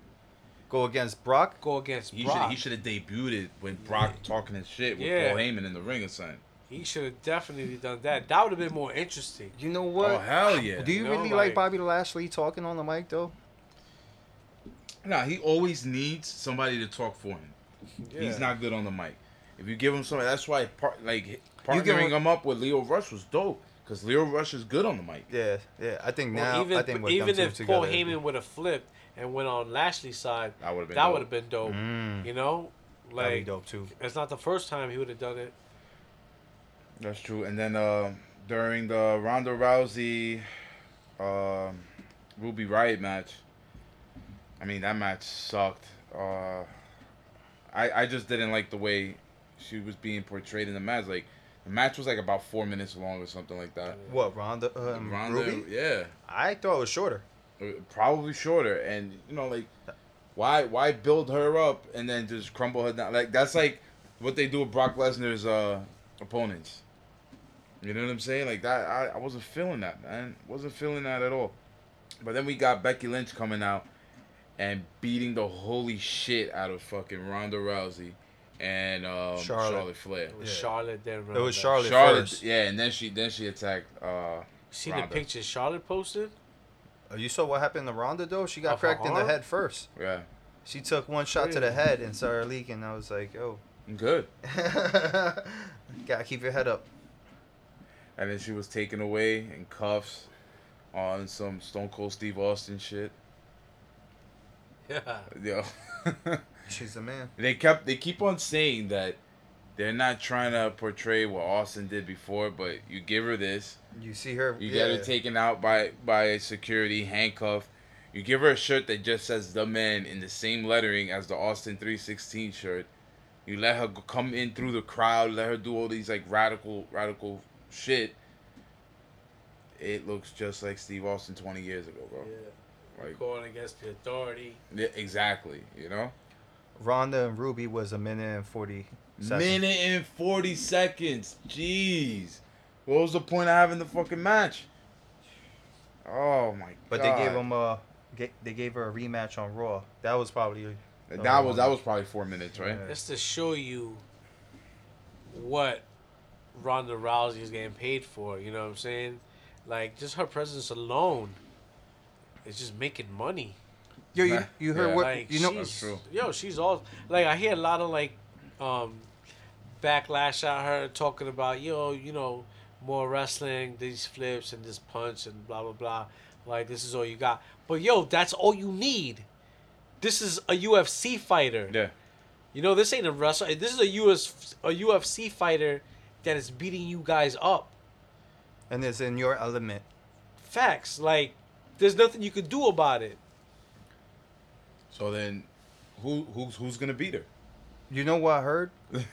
Speaker 6: Go against Brock.
Speaker 5: Go against
Speaker 4: He should
Speaker 5: Brock.
Speaker 4: he should have debuted with Brock talking his shit with
Speaker 5: Yeah.
Speaker 4: Paul Heyman in the ring or something.
Speaker 5: He should have definitely done that. That would have been more interesting.
Speaker 6: You know what?
Speaker 4: Oh hell yeah!
Speaker 6: Do you
Speaker 5: No,
Speaker 6: really like,
Speaker 5: like-
Speaker 6: Bobby Lashley talking on the mic though?
Speaker 4: Nah, he always needs somebody to talk for him.
Speaker 5: Yeah.
Speaker 4: He's not good on the mic. If you give him somebody, that's why par- like
Speaker 6: You give
Speaker 4: partnering
Speaker 6: him-
Speaker 4: him up with Leo Rush was dope because Leo Rush is good on the mic.
Speaker 6: Yeah, yeah. I think
Speaker 5: Well,
Speaker 6: now
Speaker 5: even
Speaker 6: I think with
Speaker 5: even
Speaker 6: them
Speaker 5: if
Speaker 6: two
Speaker 5: Paul
Speaker 6: together-
Speaker 5: Heyman would have flipped and went on Lashley's side,
Speaker 4: That would've been
Speaker 5: that
Speaker 4: dope.
Speaker 5: would have been dope.
Speaker 6: Mm.
Speaker 5: You know,
Speaker 6: that'd be
Speaker 5: like
Speaker 6: dope too.
Speaker 5: it's not the first time he would have done it.
Speaker 4: That's true. And then uh, during the Ronda Rousey um Ruby Riot match, I mean that match sucked. Uh, I I just didn't like the way she was being portrayed in the match. Like the match was like about four minutes long or something like that.
Speaker 6: What Ronda? Um,
Speaker 4: Ronda,
Speaker 6: Ruby?
Speaker 4: yeah,
Speaker 6: I thought it was shorter.
Speaker 4: uh, probably shorter. And you know like why why build her up and then just crumble her down? Like that's like what they do with Brock Lesnar's uh, opponents. You know what I'm saying? Like that, I, I wasn't feeling that, man. Wasn't feeling that at all. But then we got Becky Lynch coming out and beating the holy shit out of fucking Ronda Rousey and um, Charlotte.
Speaker 6: Charlotte.
Speaker 4: Flair.
Speaker 5: It was
Speaker 6: Yeah.
Speaker 5: Charlotte then.
Speaker 6: It was Charlotte,
Speaker 4: Charlotte,
Speaker 6: first.
Speaker 4: yeah, and then she then she attacked. Uh,
Speaker 5: See
Speaker 4: Ronda.
Speaker 5: the pictures Charlotte posted.
Speaker 6: Oh, You saw what happened to Ronda though? She got
Speaker 5: Of her
Speaker 6: cracked in the
Speaker 5: arm?
Speaker 6: head first.
Speaker 4: yeah,
Speaker 6: She took one shot to the
Speaker 5: Really?
Speaker 6: head and started leaking. I was like, oh. yo,
Speaker 4: good.
Speaker 6: gotta keep your head up.
Speaker 4: And then she was taken away in cuffs on some Stone Cold Steve Austin shit.
Speaker 5: Yeah.
Speaker 4: Yo.
Speaker 6: She's a man.
Speaker 4: they kept they keep on saying that they're not trying to portray what Austin did before, but you give her this,
Speaker 6: You see her.
Speaker 4: you
Speaker 6: yeah.
Speaker 4: get her taken out by by security, handcuffed. You give her a shirt that just says "the man" in the same lettering as the Austin three sixteen shirt. You let her g- come in through the crowd, let her do all these like radical radical shit. It looks just like Steve Austin twenty years ago, bro. Like
Speaker 5: Going against the authority.
Speaker 4: yeah, exactly, you know.
Speaker 6: Ronda and Ruby was a minute and 40 seconds.
Speaker 4: Minute and forty seconds. Jeez. What was the point of having the fucking match? Oh my god.
Speaker 6: But they gave him a. ga- They gave her a rematch on Raw. That was probably Oh,
Speaker 4: that was that was probably four minutes, right?
Speaker 6: Yeah.
Speaker 5: It's to show you what Ronda Rousey is getting paid for. You know what I'm saying? Like just her presence alone is just making money.
Speaker 6: yo. You,
Speaker 4: Nah.
Speaker 6: you heard
Speaker 4: Yeah.
Speaker 6: what
Speaker 5: Like
Speaker 6: you know?
Speaker 5: she's,
Speaker 4: That's true.
Speaker 5: yo, she's all like I hear a lot of like um backlash at her talking about yo, you know, more wrestling, these flips and this punch and blah blah blah. Like this is all you got, but yo, that's all you need. This is a UFC fighter.
Speaker 4: Yeah.
Speaker 5: You know, this ain't a wrestler. This is a US a UFC fighter that is beating you guys up.
Speaker 6: And it's in your element.
Speaker 5: Facts. Like, there's nothing you can do about it.
Speaker 4: So then who who's who's gonna beat her?
Speaker 6: You know what I heard?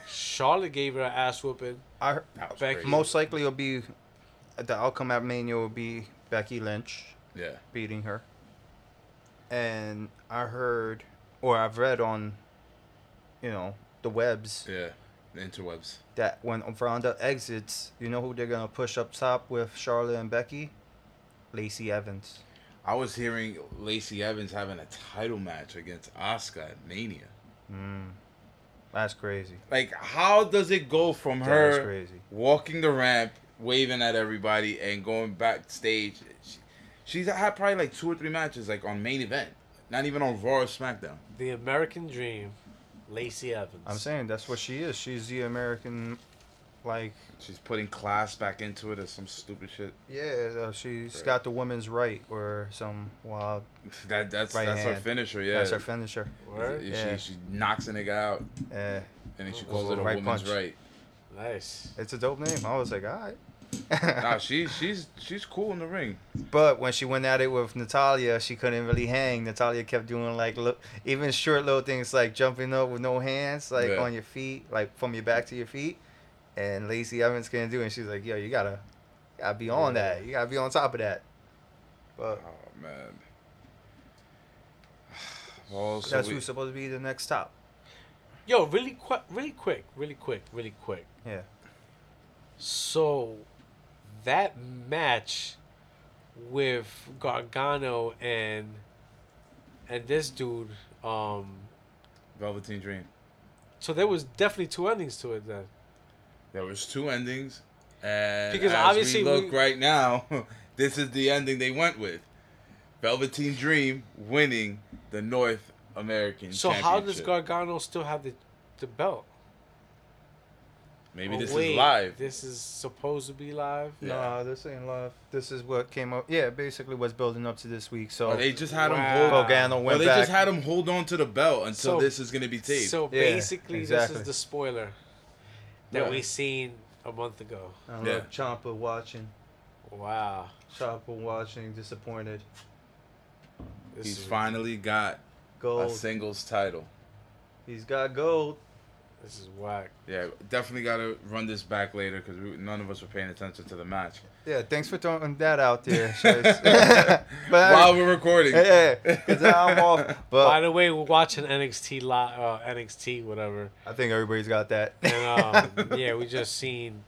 Speaker 5: Charlotte gave her an ass whooping.
Speaker 6: I heard,
Speaker 4: That was
Speaker 5: Becky.
Speaker 4: crazy.
Speaker 6: most likely it'll be the outcome at Mania will be Becky Lynch
Speaker 4: Yeah.
Speaker 6: beating her. And I heard, or I've read on, you know, the webs
Speaker 4: Yeah. The interwebs.
Speaker 6: that when Ronda exits, you know who they're gonna push up top with Charlotte and Becky, Lacey Evans.
Speaker 4: I was hearing Lacey Evans having a title match against Asuka at Mania.
Speaker 6: That's crazy.
Speaker 4: Like how does it go from
Speaker 6: That
Speaker 4: her
Speaker 6: is crazy.
Speaker 4: walking the ramp, waving at everybody and going backstage? She, She's had probably like two or three matches like on main event, not even on Raw or SmackDown.
Speaker 5: The American Dream, Lacey Evans.
Speaker 6: I'm saying that's what she is. She's the American, like
Speaker 4: She's putting class back into it or some stupid shit.
Speaker 6: yeah, uh, she's
Speaker 4: Right.
Speaker 6: got the woman's right or some wild.
Speaker 4: That that's
Speaker 6: Right
Speaker 4: that's her
Speaker 6: hand.
Speaker 4: finisher. Yeah,
Speaker 6: That's her finisher.
Speaker 5: Word?
Speaker 4: She,
Speaker 6: Yeah.
Speaker 4: she knocks a nigga out
Speaker 6: Yeah,
Speaker 4: and then she calls it a
Speaker 6: Right
Speaker 4: woman's
Speaker 6: punch.
Speaker 4: right.
Speaker 5: Nice.
Speaker 6: it's a dope name. I was like, all
Speaker 4: Nah,
Speaker 6: right.
Speaker 4: she she's she's cool in the ring.
Speaker 6: but when she went at it with Natalia, she couldn't really hang. Natalia kept doing like look, even short little things like jumping up with no hands, like
Speaker 4: Yeah.
Speaker 6: on your feet, like from your back to your feet. And Lacey Evans couldn't do, it. and she's like, yo, you gotta, gotta be on that. You gotta be on top of that. But
Speaker 4: Oh man. Well, Oh, so
Speaker 6: that's
Speaker 4: we-
Speaker 6: who's supposed to be the next top.
Speaker 5: Yo, really quick, really quick, really quick, really quick.
Speaker 6: Yeah.
Speaker 5: So, that match with Gargano and and this dude. Um,
Speaker 4: Velveteen Dream.
Speaker 5: so there was definitely two endings to it then.
Speaker 4: There was two endings, and
Speaker 5: Because
Speaker 4: as
Speaker 5: obviously
Speaker 4: we look
Speaker 5: we-
Speaker 4: right now, this is the ending they went with. Velveteen Dream winning the North American.
Speaker 5: So how does
Speaker 4: Championship.
Speaker 5: Gargano still have the the belt?
Speaker 4: Maybe
Speaker 5: Oh,
Speaker 4: this
Speaker 5: wait,
Speaker 4: is live.
Speaker 5: This is supposed to be live.
Speaker 4: Yeah.
Speaker 6: No, this ain't love. This is what came up. Yeah, basically what's building up to this week. So
Speaker 4: Or Oh, they just had
Speaker 5: Wow.
Speaker 4: him hold.
Speaker 6: Gargano
Speaker 4: or
Speaker 6: went
Speaker 4: they
Speaker 6: back.
Speaker 4: just had him hold on to the belt until
Speaker 5: So-
Speaker 4: this is gonna be taped.
Speaker 5: So
Speaker 6: Yeah,
Speaker 5: basically, this
Speaker 6: exactly.
Speaker 5: is the spoiler that
Speaker 4: Yeah.
Speaker 5: we seen a month ago.
Speaker 6: I love
Speaker 4: Yeah.
Speaker 6: Champa watching.
Speaker 5: Wow,
Speaker 6: Champa watching, disappointed.
Speaker 5: this
Speaker 4: He's
Speaker 5: is
Speaker 4: finally got a
Speaker 6: Gold.
Speaker 4: singles title.
Speaker 6: He's got gold.
Speaker 5: this is whack.
Speaker 4: Yeah, definitely gotta run this back later because none of us were paying attention to the match.
Speaker 6: Yeah, thanks for throwing that out there. Shaz. but
Speaker 4: While we're recording.
Speaker 6: yeah, 'cause I'm off.
Speaker 5: By
Speaker 6: But
Speaker 5: the way, we're watching NXT live, uh, NXT whatever,
Speaker 6: I think everybody's got that.
Speaker 5: and um, yeah, we just seen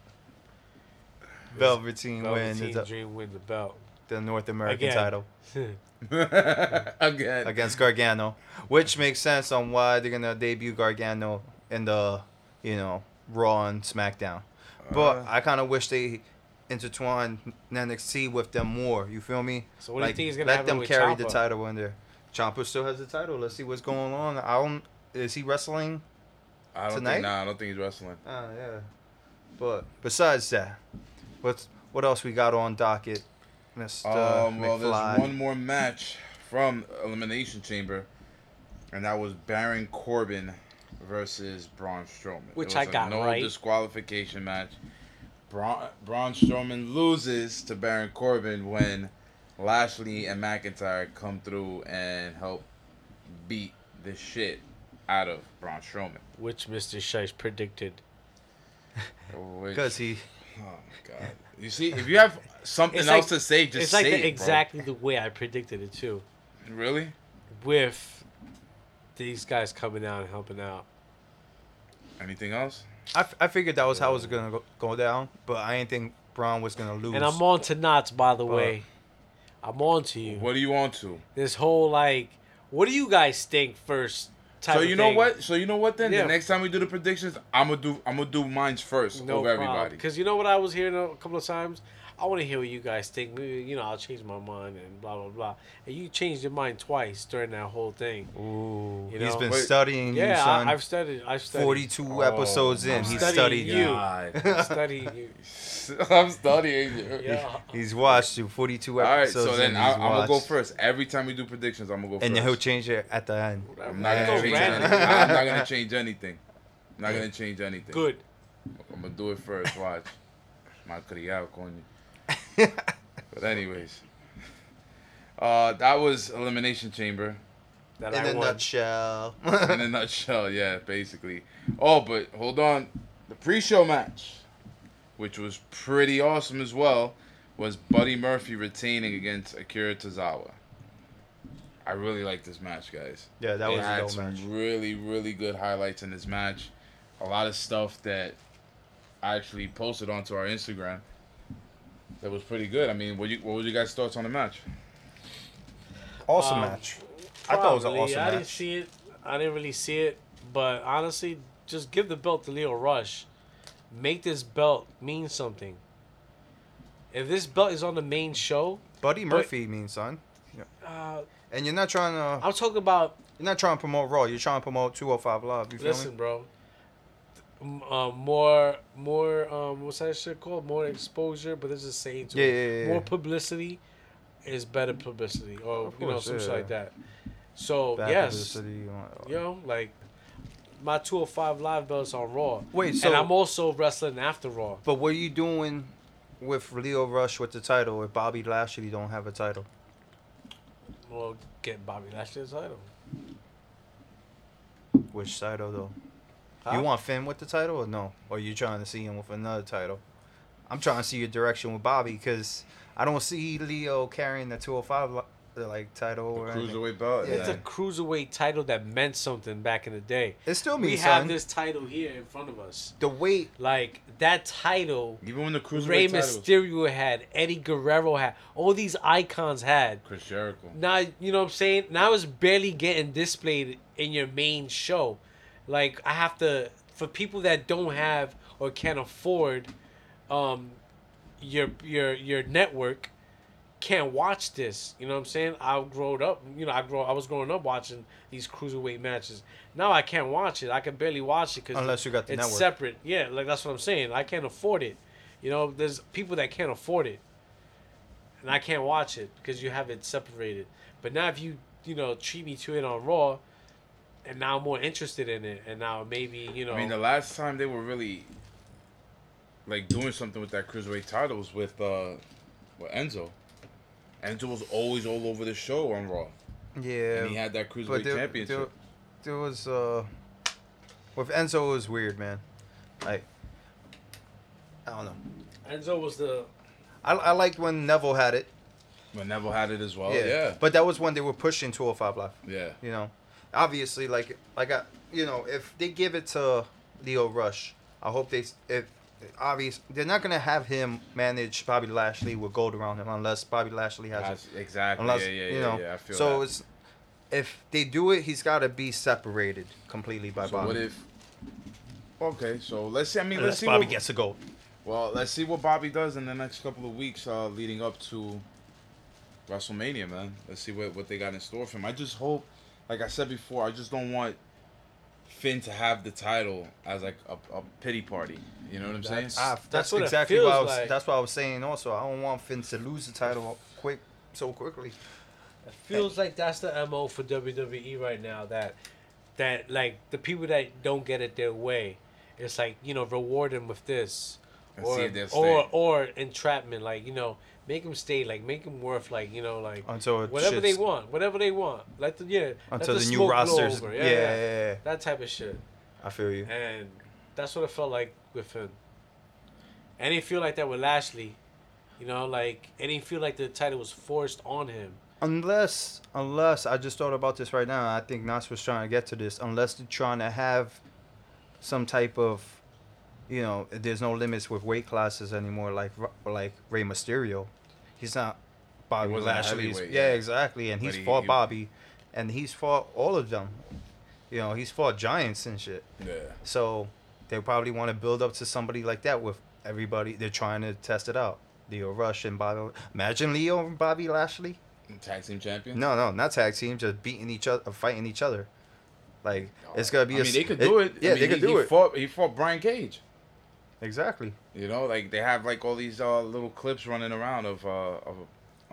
Speaker 6: Velveteen,
Speaker 5: Velveteen
Speaker 6: win the,
Speaker 5: Dream win the belt.
Speaker 6: the North American
Speaker 5: Again.
Speaker 6: title
Speaker 4: Again.
Speaker 6: against Gargano, which makes sense on why they're gonna debut Gargano in the, you know, Raw and SmackDown. But
Speaker 4: Uh.
Speaker 6: I kind of wish they intertwined NXT with them more. You feel me?
Speaker 5: So what do you think is gonna
Speaker 6: let
Speaker 5: happen
Speaker 6: them
Speaker 5: with
Speaker 6: carry the
Speaker 5: Ciampa?
Speaker 6: title in there. Ciampa still has the title. Let's see what's going on. I don't. Is he wrestling?
Speaker 4: I don't
Speaker 6: Tonight?
Speaker 4: think. Nah, I don't think he's wrestling.
Speaker 6: Uh, yeah. But besides that, what's what else we got on docket, Mister
Speaker 4: Um, well,
Speaker 6: McFly?
Speaker 4: there's one more match from Elimination Chamber, and that was Baron Corbin versus Braun Strowman.
Speaker 5: Which
Speaker 4: it was
Speaker 5: I
Speaker 4: a
Speaker 5: got
Speaker 4: no
Speaker 5: right.
Speaker 4: disqualification match. Braun, Braun Strowman loses to Baron Corbin when Lashley and McIntyre come through and help beat the shit out of Braun Strowman.
Speaker 5: Which Mr. Shice predicted.
Speaker 4: Which-
Speaker 6: Because he
Speaker 4: oh my god! You see, if you have something
Speaker 5: It's like-
Speaker 4: else to say, just
Speaker 5: it's like
Speaker 4: say
Speaker 5: the-
Speaker 4: it, bro.
Speaker 5: exactly the way I predicted it too,
Speaker 4: Really?
Speaker 5: with these guys coming out and helping out.
Speaker 4: Anything else?
Speaker 6: I, f- I figured that was how it was gonna go, go down, but I didn't think Braun was gonna lose.
Speaker 5: And I'm on to knots, by the way. I'm on to you.
Speaker 4: What do you want to?
Speaker 5: This whole like, what do you guys think first? Type
Speaker 4: So
Speaker 5: of
Speaker 4: you know
Speaker 5: thing.
Speaker 4: what? So you know what? Then
Speaker 5: Yeah.
Speaker 4: the next time we do the predictions, I'm gonna do I'm gonna do mine's first
Speaker 5: No
Speaker 4: over everybody.
Speaker 5: Because you know what I was hearing a couple of times. I want to hear what you guys think. Maybe, you know, I'll change my mind and blah blah blah. And you changed your mind twice during that whole thing.
Speaker 6: Ooh,
Speaker 5: You
Speaker 6: he's
Speaker 5: know?
Speaker 6: been
Speaker 4: Wait.
Speaker 6: studying you,
Speaker 5: yeah,
Speaker 6: son.
Speaker 5: I, I've studied. I've studied.
Speaker 6: 42
Speaker 4: Oh,
Speaker 6: episodes in,
Speaker 4: my
Speaker 6: he
Speaker 5: studying
Speaker 6: studied
Speaker 5: you.
Speaker 6: you.
Speaker 4: God.
Speaker 5: Studying you.
Speaker 4: I'm studying you.
Speaker 5: Yeah.
Speaker 6: He's watched you 42
Speaker 4: All right,
Speaker 6: episodes.
Speaker 4: so then
Speaker 6: in,
Speaker 4: I,
Speaker 6: he's
Speaker 4: I'm gonna go
Speaker 6: watched.
Speaker 4: first. Every time we do predictions, I'm gonna go first.
Speaker 6: And then he'll change it at the end.
Speaker 4: I'm not gonna
Speaker 5: Go
Speaker 4: change
Speaker 5: random.
Speaker 4: anything. I'm not gonna change anything. I'm not gonna change anything.
Speaker 5: Good.
Speaker 4: I'm gonna do it first. Watch. My criado con But anyways, uh, that was elimination chamber.
Speaker 5: That
Speaker 6: In
Speaker 5: I
Speaker 6: a
Speaker 5: won.
Speaker 6: nutshell.
Speaker 4: in a nutshell, yeah, basically. Oh, but hold on. The pre show match, which was pretty awesome as well, was Buddy Murphy retaining against Akira Tozawa. I really like this match, guys.
Speaker 6: yeah, that
Speaker 4: They
Speaker 6: was a
Speaker 4: had
Speaker 6: dope
Speaker 4: some
Speaker 6: match.
Speaker 4: really, really good highlights in this match. A lot of stuff that I actually posted onto our Instagram that was pretty good. I mean, what you what were you guys' thoughts on the match?
Speaker 6: Awesome
Speaker 5: Um,
Speaker 6: match. I thought it was an
Speaker 5: Probably.
Speaker 6: awesome
Speaker 5: I didn't
Speaker 6: match.
Speaker 5: see it. I didn't really see it. But honestly, just give the belt to Leo Rush. Make this belt mean something. If this belt is on the main show,
Speaker 6: Buddy Murphy means son. Yeah.
Speaker 5: Uh,
Speaker 6: And you're not trying to
Speaker 5: I'm talking about
Speaker 6: you're not trying to promote Raw. You're trying to promote 205 Live. You feel
Speaker 5: Listen,
Speaker 6: me?
Speaker 5: bro. M- Uh, more, more. Um, what's that shit called? More exposure, but this is saying to
Speaker 6: Yeah,
Speaker 5: it.
Speaker 6: yeah, yeah, yeah.
Speaker 5: More publicity is better publicity, or
Speaker 6: Of
Speaker 5: you know,
Speaker 6: course,
Speaker 5: some shit
Speaker 6: yeah.
Speaker 5: like that. So
Speaker 6: Bad
Speaker 5: yes,
Speaker 6: publicity, you want-
Speaker 5: you know, like my 205 live belts on Raw.
Speaker 6: Wait,
Speaker 5: and
Speaker 6: so-
Speaker 5: I'm also wrestling after Raw.
Speaker 6: But what are you doing with Leo Rush with the title if Bobby Lashley don't have a title?
Speaker 5: Well, get Bobby Lashley's title.
Speaker 6: Which title though?
Speaker 5: Huh?
Speaker 6: You want Finn with the title or no? Or you trying to see him with another title? I'm trying to see your direction with Bobby because I don't see Leo carrying the 205 li- like title or anything.
Speaker 4: Cruiserweight belt.
Speaker 6: Yeah.
Speaker 5: It's a cruiserweight title that meant something back in the day.
Speaker 6: It still
Speaker 5: we
Speaker 6: means
Speaker 5: have
Speaker 6: something.
Speaker 5: this title here in front of us.
Speaker 6: The weight
Speaker 5: Like that title
Speaker 4: Even when the cruiserweight
Speaker 5: Rey
Speaker 4: titles,
Speaker 5: Mysterio had, Eddie Guerrero had, all these icons had.
Speaker 4: Chris Jericho.
Speaker 5: Now you know what I'm saying. Now it's barely getting displayed in your main show. Like I have to for people that don't have or can't afford, um, your your your network can't watch this. You know what I'm saying? I growed up. You know I grow. I was growing up watching these cruiserweight matches. Now I can't watch it. I can barely watch it because
Speaker 6: Unless you got the
Speaker 5: it's
Speaker 6: network.
Speaker 5: separate. Yeah, like that's what I'm saying. I can't afford it. You know, there's people that can't afford it and I can't watch it because you have it separated. But now if you you know treat me to it on Raw, and now I'm more interested in it, and now maybe you know
Speaker 4: I mean, the last time they were really like doing something with that cruiserweight title was with uh, with Enzo. Enzo was always all over the show on Raw,
Speaker 6: Yeah.
Speaker 4: and he had that cruiserweight
Speaker 6: But there,
Speaker 4: championship.
Speaker 6: there, there was uh with Enzo it was weird, man. Like I don't know. uh,
Speaker 5: Enzo was the
Speaker 6: I, I liked when Neville had it.
Speaker 4: But Neville had it as well.
Speaker 6: yeah.
Speaker 4: Yeah, Oh, yeah.
Speaker 6: But that was when they were pushing 205 Live. You know, obviously, like like I, you know, if they give it to Leo Rush, I hope they s- if obvious they're not gonna have him manage Bobby Lashley with gold around him unless Bobby Lashley has it.
Speaker 4: That's- exactly.
Speaker 6: Unless
Speaker 4: yeah, yeah, yeah,
Speaker 6: you know,
Speaker 4: yeah. I feel
Speaker 6: so
Speaker 4: that.
Speaker 6: it's if they do it, he's gotta be separated completely by
Speaker 4: So
Speaker 6: Bobby.
Speaker 4: what if? Okay, so let's see. I mean, let's
Speaker 6: unless
Speaker 4: see.
Speaker 6: Bobby
Speaker 4: what,
Speaker 6: gets a gold?
Speaker 4: Well, let's see what Bobby does in the next couple of weeks uh, leading up to WrestleMania, man. Let's see what, what they got in store for him. I just hope, like I said before, I just don't want Finn to have the title as like a, a pity party. You know what I'm saying?
Speaker 6: Ah, that's,
Speaker 5: what it
Speaker 6: exactly
Speaker 5: feels
Speaker 6: what I was.
Speaker 5: like.
Speaker 6: That's what I was saying. Also, I don't want Finn to lose the title quick so quickly.
Speaker 5: feels like that's the mo for WWE right now. That that like the people that don't get it their way, it's like you know reward them with this,
Speaker 4: And see
Speaker 5: or
Speaker 4: if they'll stay.
Speaker 5: or or entrapment. Like you know make them stay. Like make them worth. Like you know like
Speaker 6: Until it
Speaker 5: whatever they
Speaker 6: shifts.
Speaker 5: want, whatever they want. Let the yeah let
Speaker 6: Until the new
Speaker 5: smoke blow
Speaker 6: rosters-
Speaker 5: over.
Speaker 6: yeah, yeah, yeah.
Speaker 5: that type of shit.
Speaker 6: I feel you.
Speaker 5: And that's what it felt like with him. And it feel like that with Lashley. You know, like it didn't feel like the title was forced on him.
Speaker 6: Unless, unless I just thought about this right now, I think Nas was trying to get to this. Unless they're trying to have some type of, you know, there's no limits with weight classes anymore. Like Ro- like Rey Mysterio, he's not Bobby
Speaker 4: He wasn't a
Speaker 6: Lashley's.
Speaker 4: heavyweight,
Speaker 6: Yeah,
Speaker 4: yeah.
Speaker 6: exactly. And
Speaker 4: But
Speaker 6: he's
Speaker 4: he-
Speaker 6: fought
Speaker 4: he-
Speaker 6: Bobby, and he's fought all of them. You know, he's fought giants and shit.
Speaker 4: yeah.
Speaker 6: So they probably want to build up to somebody like that with everybody. They're trying to test it out. Leo Rush and Bobby. Imagine Leo and Bobby Lashley.
Speaker 4: Tag team champion.
Speaker 6: No, no, not tag team. Just beating each other, fighting each other. Like it's gonna be.
Speaker 4: I
Speaker 6: a
Speaker 4: mean,
Speaker 6: s-
Speaker 4: they could do it.
Speaker 6: Yeah,
Speaker 4: I mean,
Speaker 6: they could
Speaker 4: he,
Speaker 6: do
Speaker 4: he
Speaker 6: it.
Speaker 4: Fought, he fought Brian Cage.
Speaker 6: Exactly.
Speaker 4: You know, like they have like all these uh, little clips running around of uh, of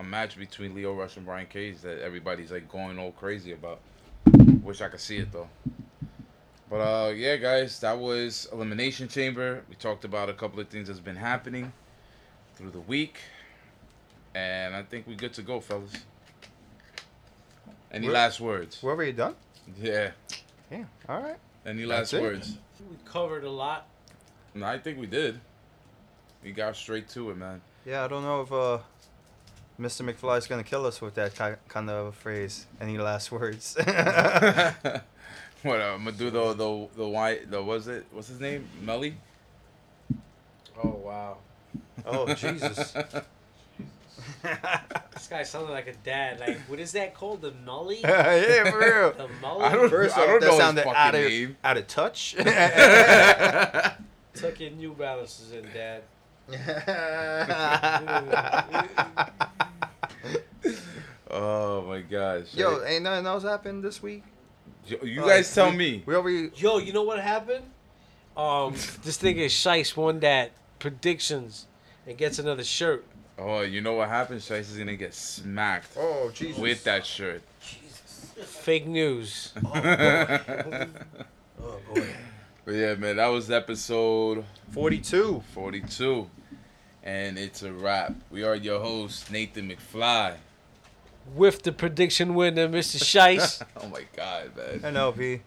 Speaker 4: a, a match between Leo Rush and Brian Cage that everybody's like going all crazy about. Wish I could see it though. But uh, yeah, guys, that was Elimination Chamber. We talked about a couple of things that's been happening through the week, and I think we're good to go, fellas. Any
Speaker 6: We're-
Speaker 4: last words?
Speaker 6: We're already done.
Speaker 4: Yeah.
Speaker 6: Yeah. All right.
Speaker 4: Any
Speaker 6: That's
Speaker 4: last
Speaker 6: it?
Speaker 4: words?
Speaker 5: We covered a lot.
Speaker 4: No, I think we did. We got straight to it, man.
Speaker 6: Yeah, I don't know if uh, Mr. McFly's gonna kill us with that ki- kind of phrase. Any last words?
Speaker 4: what I'm gonna do the the the why the was it what's his name Melly?
Speaker 5: Oh wow.
Speaker 6: oh Jesus.
Speaker 5: This guy sounded like a dad. Like what is that called? The nully? The
Speaker 6: yeah, for real.
Speaker 5: mully?
Speaker 4: I don't-
Speaker 6: First
Speaker 4: I don't
Speaker 6: off,
Speaker 4: know
Speaker 6: that
Speaker 4: his
Speaker 6: sounded
Speaker 4: fucking
Speaker 6: out of
Speaker 4: name.
Speaker 6: out of touch.
Speaker 5: Tuck your new balances in, Dad.
Speaker 4: Oh my gosh.
Speaker 6: Yo,
Speaker 4: right?
Speaker 6: ain't nothing else happened this week.
Speaker 4: Yo, you
Speaker 6: Like,
Speaker 4: guys tell
Speaker 6: we-
Speaker 4: me.
Speaker 6: We already.
Speaker 5: Yo, you know what happened? Um, this nigga Shice won that predictions and gets another shirt.
Speaker 4: Oh, you know what happens? Shice is gonna get smacked
Speaker 6: Oh Jesus.
Speaker 4: with that shirt.
Speaker 5: Fake news.
Speaker 6: Oh,
Speaker 4: But yeah, man, that was episode
Speaker 6: Forty-two.
Speaker 4: 42. And it's a wrap. We are your host, Nathan McFly.
Speaker 5: With the prediction winner, Mr. Shice.
Speaker 4: Oh my god, man.
Speaker 6: NLP.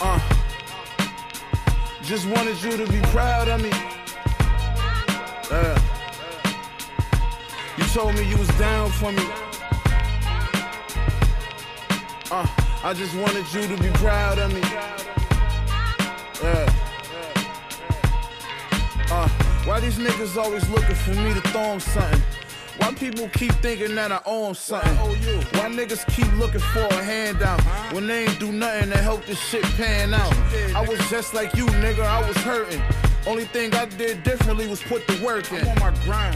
Speaker 8: Uh, Just wanted you to be proud of me. Yeah. You told me you was down for me. Uh, I just wanted you to be proud of me. Yeah. Uh, why these niggas always looking for me to throw 'em something? Why people keep thinking that I owe 'em something? Why niggas keep looking for a handout when they ain't do nothing to help this shit pan out? I was just like you, nigga, I was hurting. Only thing I did differently was put the work in.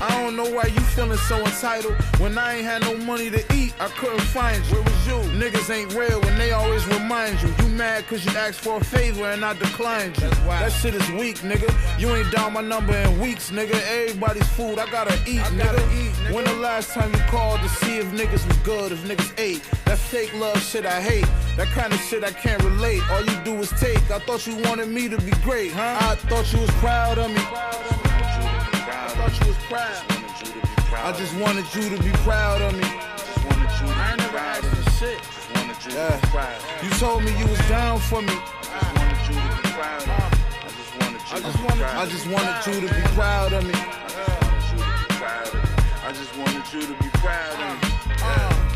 Speaker 8: I don't know why you feeling so entitled. When I ain't had no money to eat, I couldn't find you. Where was you? Niggas ain't real when they always remind you. You mad cause you asked for a favor and I declined you. That shit is weak, nigga. You ain't down my number in weeks, nigga. Everybody's food, I gotta eat, nigga. When the last time you called to see if niggas was good, if niggas ate? That fake love shit I hate. That kind of shit I can't relate. All you do is take. I thought you wanted me to be great, huh? I thought you was proud of me. I thought you was proud. I just wanted you to be proud of me. I ain't never asked for shit. Yeah. You told me you was down for me. I just wanted, I just wanted you to be proud of me.
Speaker 9: I just wanted you to be proud of me.
Speaker 8: Uh.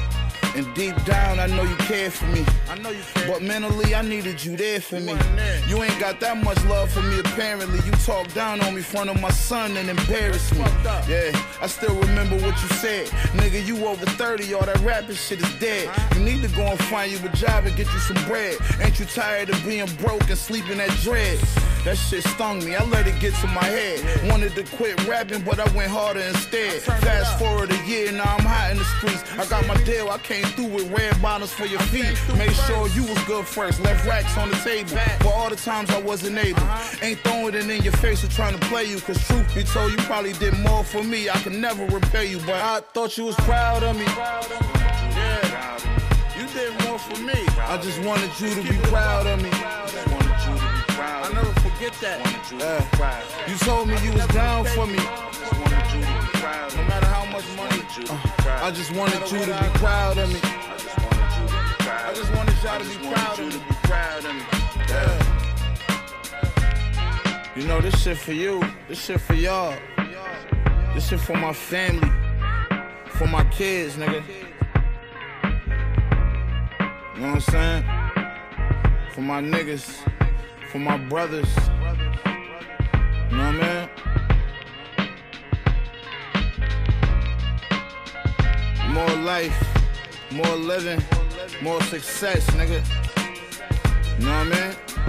Speaker 8: And deep down, I know you care for me.
Speaker 9: I know you care.
Speaker 8: But mentally, I needed you there for me.
Speaker 9: wasn't there.
Speaker 8: You ain't got that much love for me, apparently. You talked down on me in front of my son and embarrassed me. Yeah, I still remember what you said. Nigga, you over 30, all that rapping shit is dead. You need to go and find you a job and get you some bread. Ain't you tired of being broke and sleeping at dread? That shit stung me, I let it get to my head. Wanted to quit rapping, but I went harder instead. Fast forward a year, now I'm hot in the streets. I got my deal, I came through with red bottoms for your feet. Made sure you was good first, left racks on the table. For all the times I wasn't able. Ain't throwing it in your face or trying to play you. Cause truth be told, you probably did more for me. I can never repay you, but I thought you was proud of me. Yeah, you did more for me. I just wanted you to be proud of me. I never forget that. Uh, you told me you was down for me. No matter how much money, uh, I just wanted you to be proud of me. I just wanted y'all to be proud of me. Yeah. You know, this shit for you. This shit for y'all. This shit for my family. For my kids, nigga. You know what I'm saying? For my niggas. For my brothers. You know what I mean? More life, more living, more success, nigga. You know what I mean?